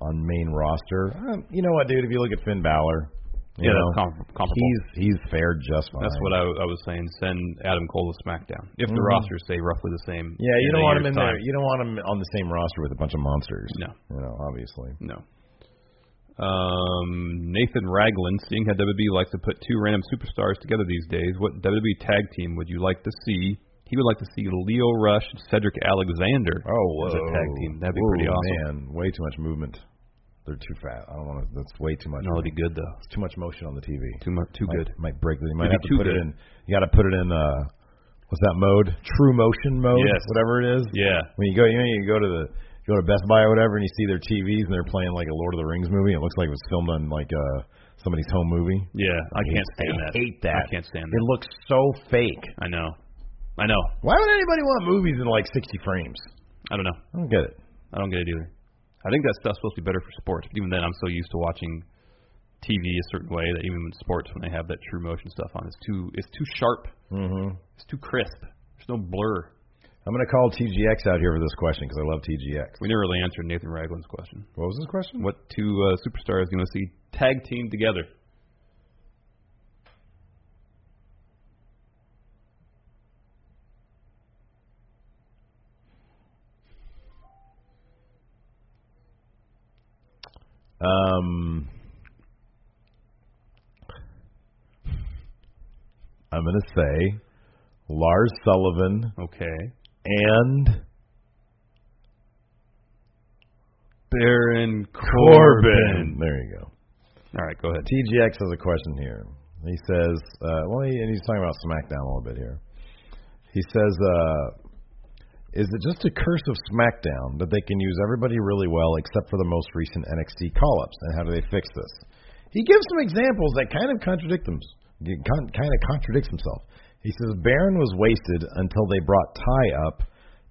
Speaker 2: on main roster? Um, you know what, dude? If you look at Finn Balor, you
Speaker 3: Yeah,
Speaker 2: know,
Speaker 3: that's com- comparable.
Speaker 2: he's he's fared just fine.
Speaker 3: That's what I, I was saying. Send Adam Cole to SmackDown if the
Speaker 2: Mhm.
Speaker 3: rosters stay roughly the same.
Speaker 2: Yeah, you
Speaker 3: in
Speaker 2: don't
Speaker 3: a
Speaker 2: want him in
Speaker 3: year's time.
Speaker 2: there. You don't want him on the same roster with a bunch of monsters.
Speaker 3: No.
Speaker 2: you know, obviously.
Speaker 3: No. Um, Nathan Ragland, seeing how WWE likes to put two random superstars together these days, what WWE tag team would you like to see? He would like to see Leo Rush and Cedric Alexander
Speaker 2: Oh,
Speaker 3: as a tag team. That'd be
Speaker 2: Whoa,
Speaker 3: pretty awesome.
Speaker 2: Man, way too much movement. They're too fat. I don't want to. That's way too much.
Speaker 3: No, that'd be good though.
Speaker 2: It's too much motion on the TV.
Speaker 3: Too much, too
Speaker 2: might,
Speaker 3: good.
Speaker 2: Might break. the- You might
Speaker 3: It'd
Speaker 2: have
Speaker 3: be
Speaker 2: to
Speaker 3: too
Speaker 2: put it
Speaker 3: good.
Speaker 2: in. You got to put it in. uh What's that mode? True motion mode.
Speaker 3: Yes.
Speaker 2: Whatever it is.
Speaker 3: Yeah.
Speaker 2: When you go, you know, you go to the you go to Best Buy or whatever, and you see their TVs, and they're playing like a Lord of the Rings movie. It looks like it was filmed on like uh somebody's home movie.
Speaker 3: Yeah, I can't
Speaker 2: I
Speaker 3: stand that.
Speaker 2: hate that.
Speaker 3: I can't stand
Speaker 2: It
Speaker 3: that.
Speaker 2: looks so fake.
Speaker 3: I know. I know.
Speaker 2: Why would anybody want movies in like 60 frames?
Speaker 3: I don't know.
Speaker 2: I don't get it.
Speaker 3: I don't get it either. I think that stuff's supposed to be better for sports. But even then, I'm so used to watching TV a certain way that even in sports, when they have that true motion stuff on, it's too it's too sharp.
Speaker 2: Mm-hmm.
Speaker 3: It's too crisp. There's no blur.
Speaker 2: I'm going to call TGX out here for this question because I love TGX.
Speaker 3: We never really answered Nathan Ragland's question.
Speaker 2: What was this question?
Speaker 3: What two uh, superstars do you want to see tag team together?
Speaker 2: Um, I'm going to say Lars Sullivan
Speaker 3: Okay.
Speaker 2: and
Speaker 3: Baron
Speaker 2: Corbin. There you go.
Speaker 3: All right, go ahead.
Speaker 2: TGX has a question here. He says, uh, well, he, and he's talking about SmackDown a little bit here. He says, uh, is it just a curse of SmackDown that they can use everybody really well except for the most recent NXT call ups? And how do they fix this? He gives some examples that kind of contradict them, con- kind of contradicts himself. He says Baron was wasted until they brought Ty up.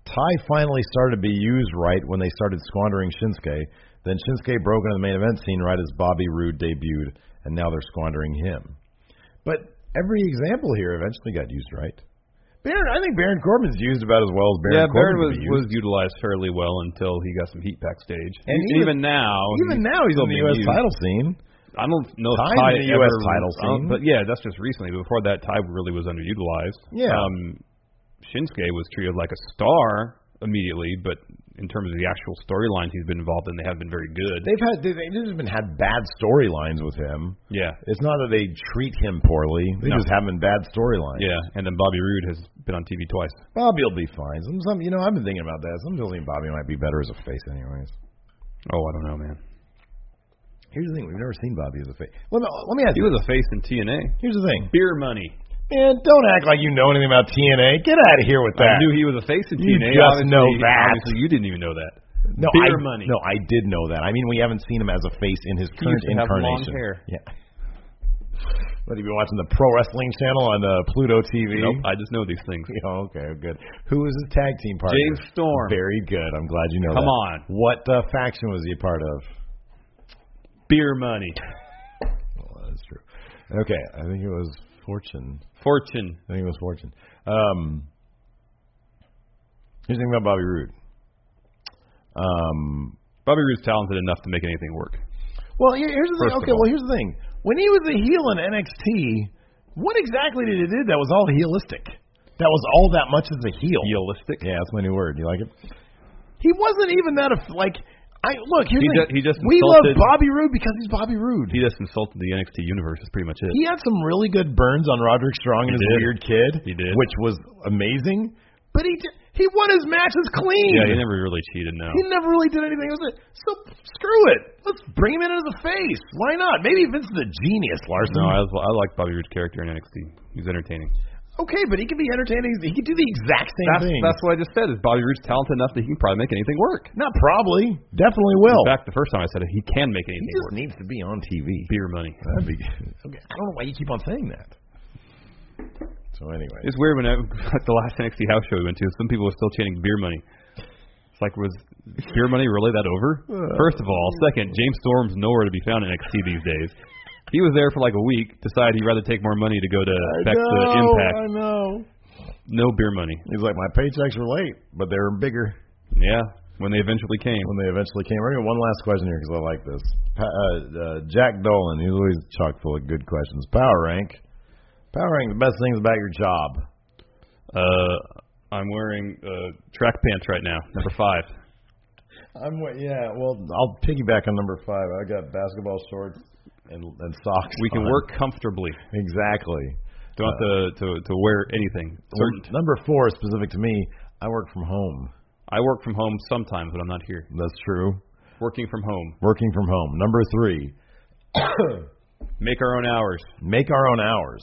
Speaker 2: Ty finally started to be used right when they started squandering Shinsuke. Then Shinsuke broke into the main event scene right as Bobby Roode debuted, and now they're squandering him. But every example here eventually got used right. Baron, I think Baron Corbin's used about as well as Baron
Speaker 3: yeah,
Speaker 2: Corbin
Speaker 3: Baron
Speaker 2: could
Speaker 3: was
Speaker 2: be used.
Speaker 3: was utilized fairly well until he got some heat backstage. E
Speaker 2: And
Speaker 3: even,
Speaker 2: even-
Speaker 3: now,
Speaker 2: Even now, he's
Speaker 3: still
Speaker 2: on the
Speaker 3: being
Speaker 2: U.S.
Speaker 3: used.
Speaker 2: title scene.
Speaker 3: I don't know if
Speaker 2: Ty's
Speaker 3: Ty
Speaker 2: in the
Speaker 3: ever,
Speaker 2: US title
Speaker 3: I don't-
Speaker 2: scene.
Speaker 3: but yeah, that's just recently. But before that, Ty really was underutilized.
Speaker 2: Yeah.
Speaker 3: Um, Shinsuke was treated like a star immediately, but in terms of the actual storylines he's been involved in, they have been very good.
Speaker 2: They've had they- they've just been had bad storylines with him.
Speaker 3: yeah,
Speaker 2: It's not that they treat him poorly. They
Speaker 3: No.
Speaker 2: just have him in bad storylines.
Speaker 3: yeah, and then Bobby Roode has been on TV twice.
Speaker 2: Bobby'll be fine. Some, some, you know, I've been thinking about that. Some people think Bobby might be better as a face, anyways.
Speaker 3: Oh, I don't know, man.
Speaker 2: Here's the thing: we've never seen Bobby as a face. Let me, let me ask
Speaker 3: He
Speaker 2: you.
Speaker 3: was a face in TNA.
Speaker 2: Here's the thing,
Speaker 3: Beer money.
Speaker 2: man. Don't act like you know anything about TNA. Get out of here with that.
Speaker 3: I knew he was a face in
Speaker 2: You
Speaker 3: TNA.
Speaker 2: just
Speaker 3: obviously,
Speaker 2: know that.
Speaker 3: Obviously, you didn't even know that.
Speaker 2: no,
Speaker 3: beer
Speaker 2: I,
Speaker 3: money.
Speaker 2: No, I did know that. I mean, we haven't seen him as a face in his current
Speaker 3: used to have long
Speaker 2: incarnation.
Speaker 3: hair.
Speaker 2: Yeah. What, you been watching the pro wrestling channel on uh, Pluto TV?
Speaker 3: Nope, I just know these things.
Speaker 2: Yeah, okay, good. Who was his tag team partner?
Speaker 3: James Storm.
Speaker 2: Very good. I'm glad you know
Speaker 3: Come
Speaker 2: that.
Speaker 3: on.
Speaker 2: What uh, faction was he a part of?
Speaker 3: Beer money.
Speaker 2: Well, that's true. Okay, I think it was Fortune.
Speaker 3: Fortune.
Speaker 2: I think it was Fortune. Um, here's the thing about Bobby Roode. Um,
Speaker 3: Bobby Roode's talented enough to make anything work.
Speaker 2: well, here- here's the
Speaker 3: First
Speaker 2: thing.
Speaker 3: of
Speaker 2: Okay, well,
Speaker 3: all.
Speaker 2: here's the thing. When he was a heel in NXT, what exactly did he do that was all heelistic? That was all that much as a heel.
Speaker 3: Realistic.
Speaker 2: Yeah, that's my new word. You like it? He wasn't even that. Af- like, I look. Here's
Speaker 3: He
Speaker 2: the
Speaker 3: ju- he just
Speaker 2: we love
Speaker 3: insulted-
Speaker 2: Bobby Roode because he's Bobby Roode.
Speaker 3: He just insulted the NXT universe. Is pretty much it.
Speaker 2: He had some really good burns on Roderick Strong and his
Speaker 3: He did.
Speaker 2: weird kid.
Speaker 3: He did.
Speaker 2: which was amazing. But he did, he won his matches clean.
Speaker 3: yeah, he never really cheated. No.
Speaker 2: He never really did anything with it. So screw it. Let's bring him in as a face. Why not? Maybe Vince is a genius, Larson.
Speaker 3: No, I, was- I like Bobby Roode's character in NXT. He's entertaining.
Speaker 2: okay, but he can be entertaining. He can do the exact same
Speaker 3: That's,
Speaker 2: thing.
Speaker 3: that's what I just said. Is Bobby Roode's talented enough that he can probably make anything work?
Speaker 2: not probably. Definitely will.
Speaker 3: In fact, the first time I said it, he can make
Speaker 2: he
Speaker 3: anything
Speaker 2: just
Speaker 3: work.
Speaker 2: needs to be on TV.
Speaker 3: Beer money.
Speaker 2: That'd be okay. I don't know why you keep on saying that. So anyway,
Speaker 3: It's weird when I, [LAUGHS] at the last NXT house show we went to, some people were still chanting beer money. It's like was beer money really that over?
Speaker 2: Uh.
Speaker 3: First of all, second, James Storm's nowhere to be found in NXT these days. He was there for like a week. Decided he'd rather take more money to go to back to Impact.
Speaker 2: I know.
Speaker 3: No beer money.
Speaker 2: He's like, my paychecks were late, but they were bigger
Speaker 3: Yeah, when they eventually came.
Speaker 2: when they eventually came. We're gonna one last question here because I like this. Pa- uh, uh, Jack Dolan, he's always chock full of good questions. Power rank, power rank, the best things about your job.
Speaker 3: Uh, I'm wearing uh, track pants right now, number five.
Speaker 2: I'm wa- yeah. Well, I'll piggyback on number five. I got basketball shorts and and socks.
Speaker 3: We can
Speaker 2: on.
Speaker 3: work comfortably.
Speaker 2: exactly.
Speaker 3: Don't have to, to to wear anything. Certain.
Speaker 2: Number four, specific to me, I work from home.
Speaker 3: I work from home sometimes when I'm not here.
Speaker 2: That's true.
Speaker 3: Working from home,
Speaker 2: Working from home. Number three,
Speaker 3: make our own hours.
Speaker 2: make our own hours.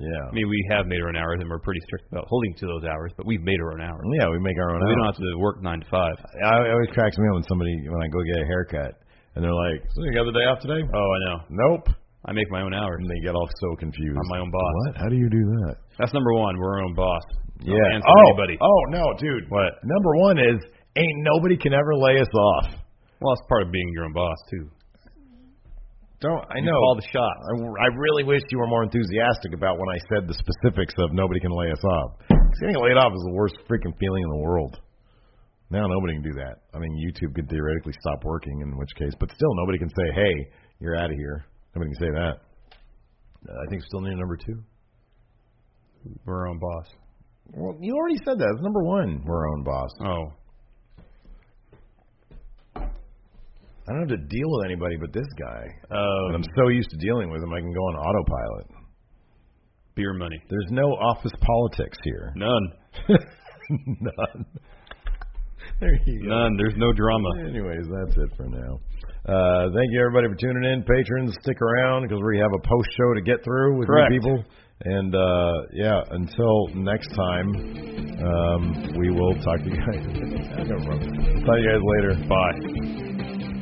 Speaker 2: Yeah.
Speaker 3: I mean, we have made our own hours, and we're pretty strict about holding to those hours. But we've made our own hours.
Speaker 2: Yeah, we make our own
Speaker 3: We don't
Speaker 2: hours.
Speaker 3: have to work nine to five.
Speaker 2: I, it always cracks me up when somebody, when I go get a haircut, and they're like, so you got the day off today?
Speaker 3: Oh, I know.
Speaker 2: Nope.
Speaker 3: I make my own hours.
Speaker 2: And they get all so confused.
Speaker 3: I'm my own boss.
Speaker 2: What? How do you do that?
Speaker 3: That's number one. We're our own boss. Don't
Speaker 2: yeah.
Speaker 3: answer
Speaker 2: Oh,
Speaker 3: anybody.
Speaker 2: oh, no, dude.
Speaker 3: What?
Speaker 2: Number one is, ain't nobody can ever lay us off.
Speaker 3: Well, that's part of being your own boss too.
Speaker 2: Don't, I
Speaker 3: You
Speaker 2: know.
Speaker 3: Call the shots.
Speaker 2: I, I really wish you were more enthusiastic about when I said the specifics of nobody can lay us off. 'Cause Getting laid off is the worst freaking feeling in the world. Now nobody can do that. I mean, YouTube could theoretically stop working, in which case, but still nobody can say, "Hey, you're out of here." Nobody can say that. Uh, I think we still need number two.
Speaker 3: We're our own boss.
Speaker 2: Well, you already said that. It's number one. We're our own boss.
Speaker 3: Oh,
Speaker 2: I don't have to deal with anybody but this guy. Um, But
Speaker 3: uh,
Speaker 2: I'm so used to dealing with him, I can go on autopilot.
Speaker 3: beer money.
Speaker 2: There's no office politics here.
Speaker 3: None.
Speaker 2: None. [LAUGHS] There you go.
Speaker 3: None. There's no drama.
Speaker 2: Anyways, that's it for now. Uh, thank you everybody for tuning in. Patrons, stick around because we have a post show to get through with
Speaker 3: Correct.
Speaker 2: you people. And uh, yeah, until next time, um, we will talk to you guys. [LAUGHS] I don't remember. Talk to you guys later. Bye.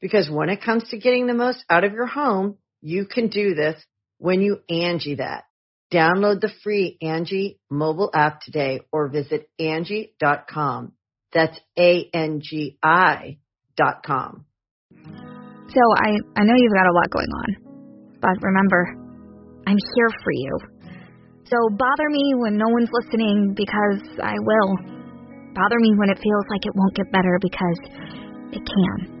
Speaker 1: Because when it comes to getting the most out of your home, you can do this when you Angie that. Download the free Angie mobile app today or visit Angie.com. That's A-N-G-I dot com.
Speaker 5: So I, I know you've got a lot going on, but remember, I'm here for you. So bother me when no one's listening because I will. Bother me when it feels like it won't get better because it can.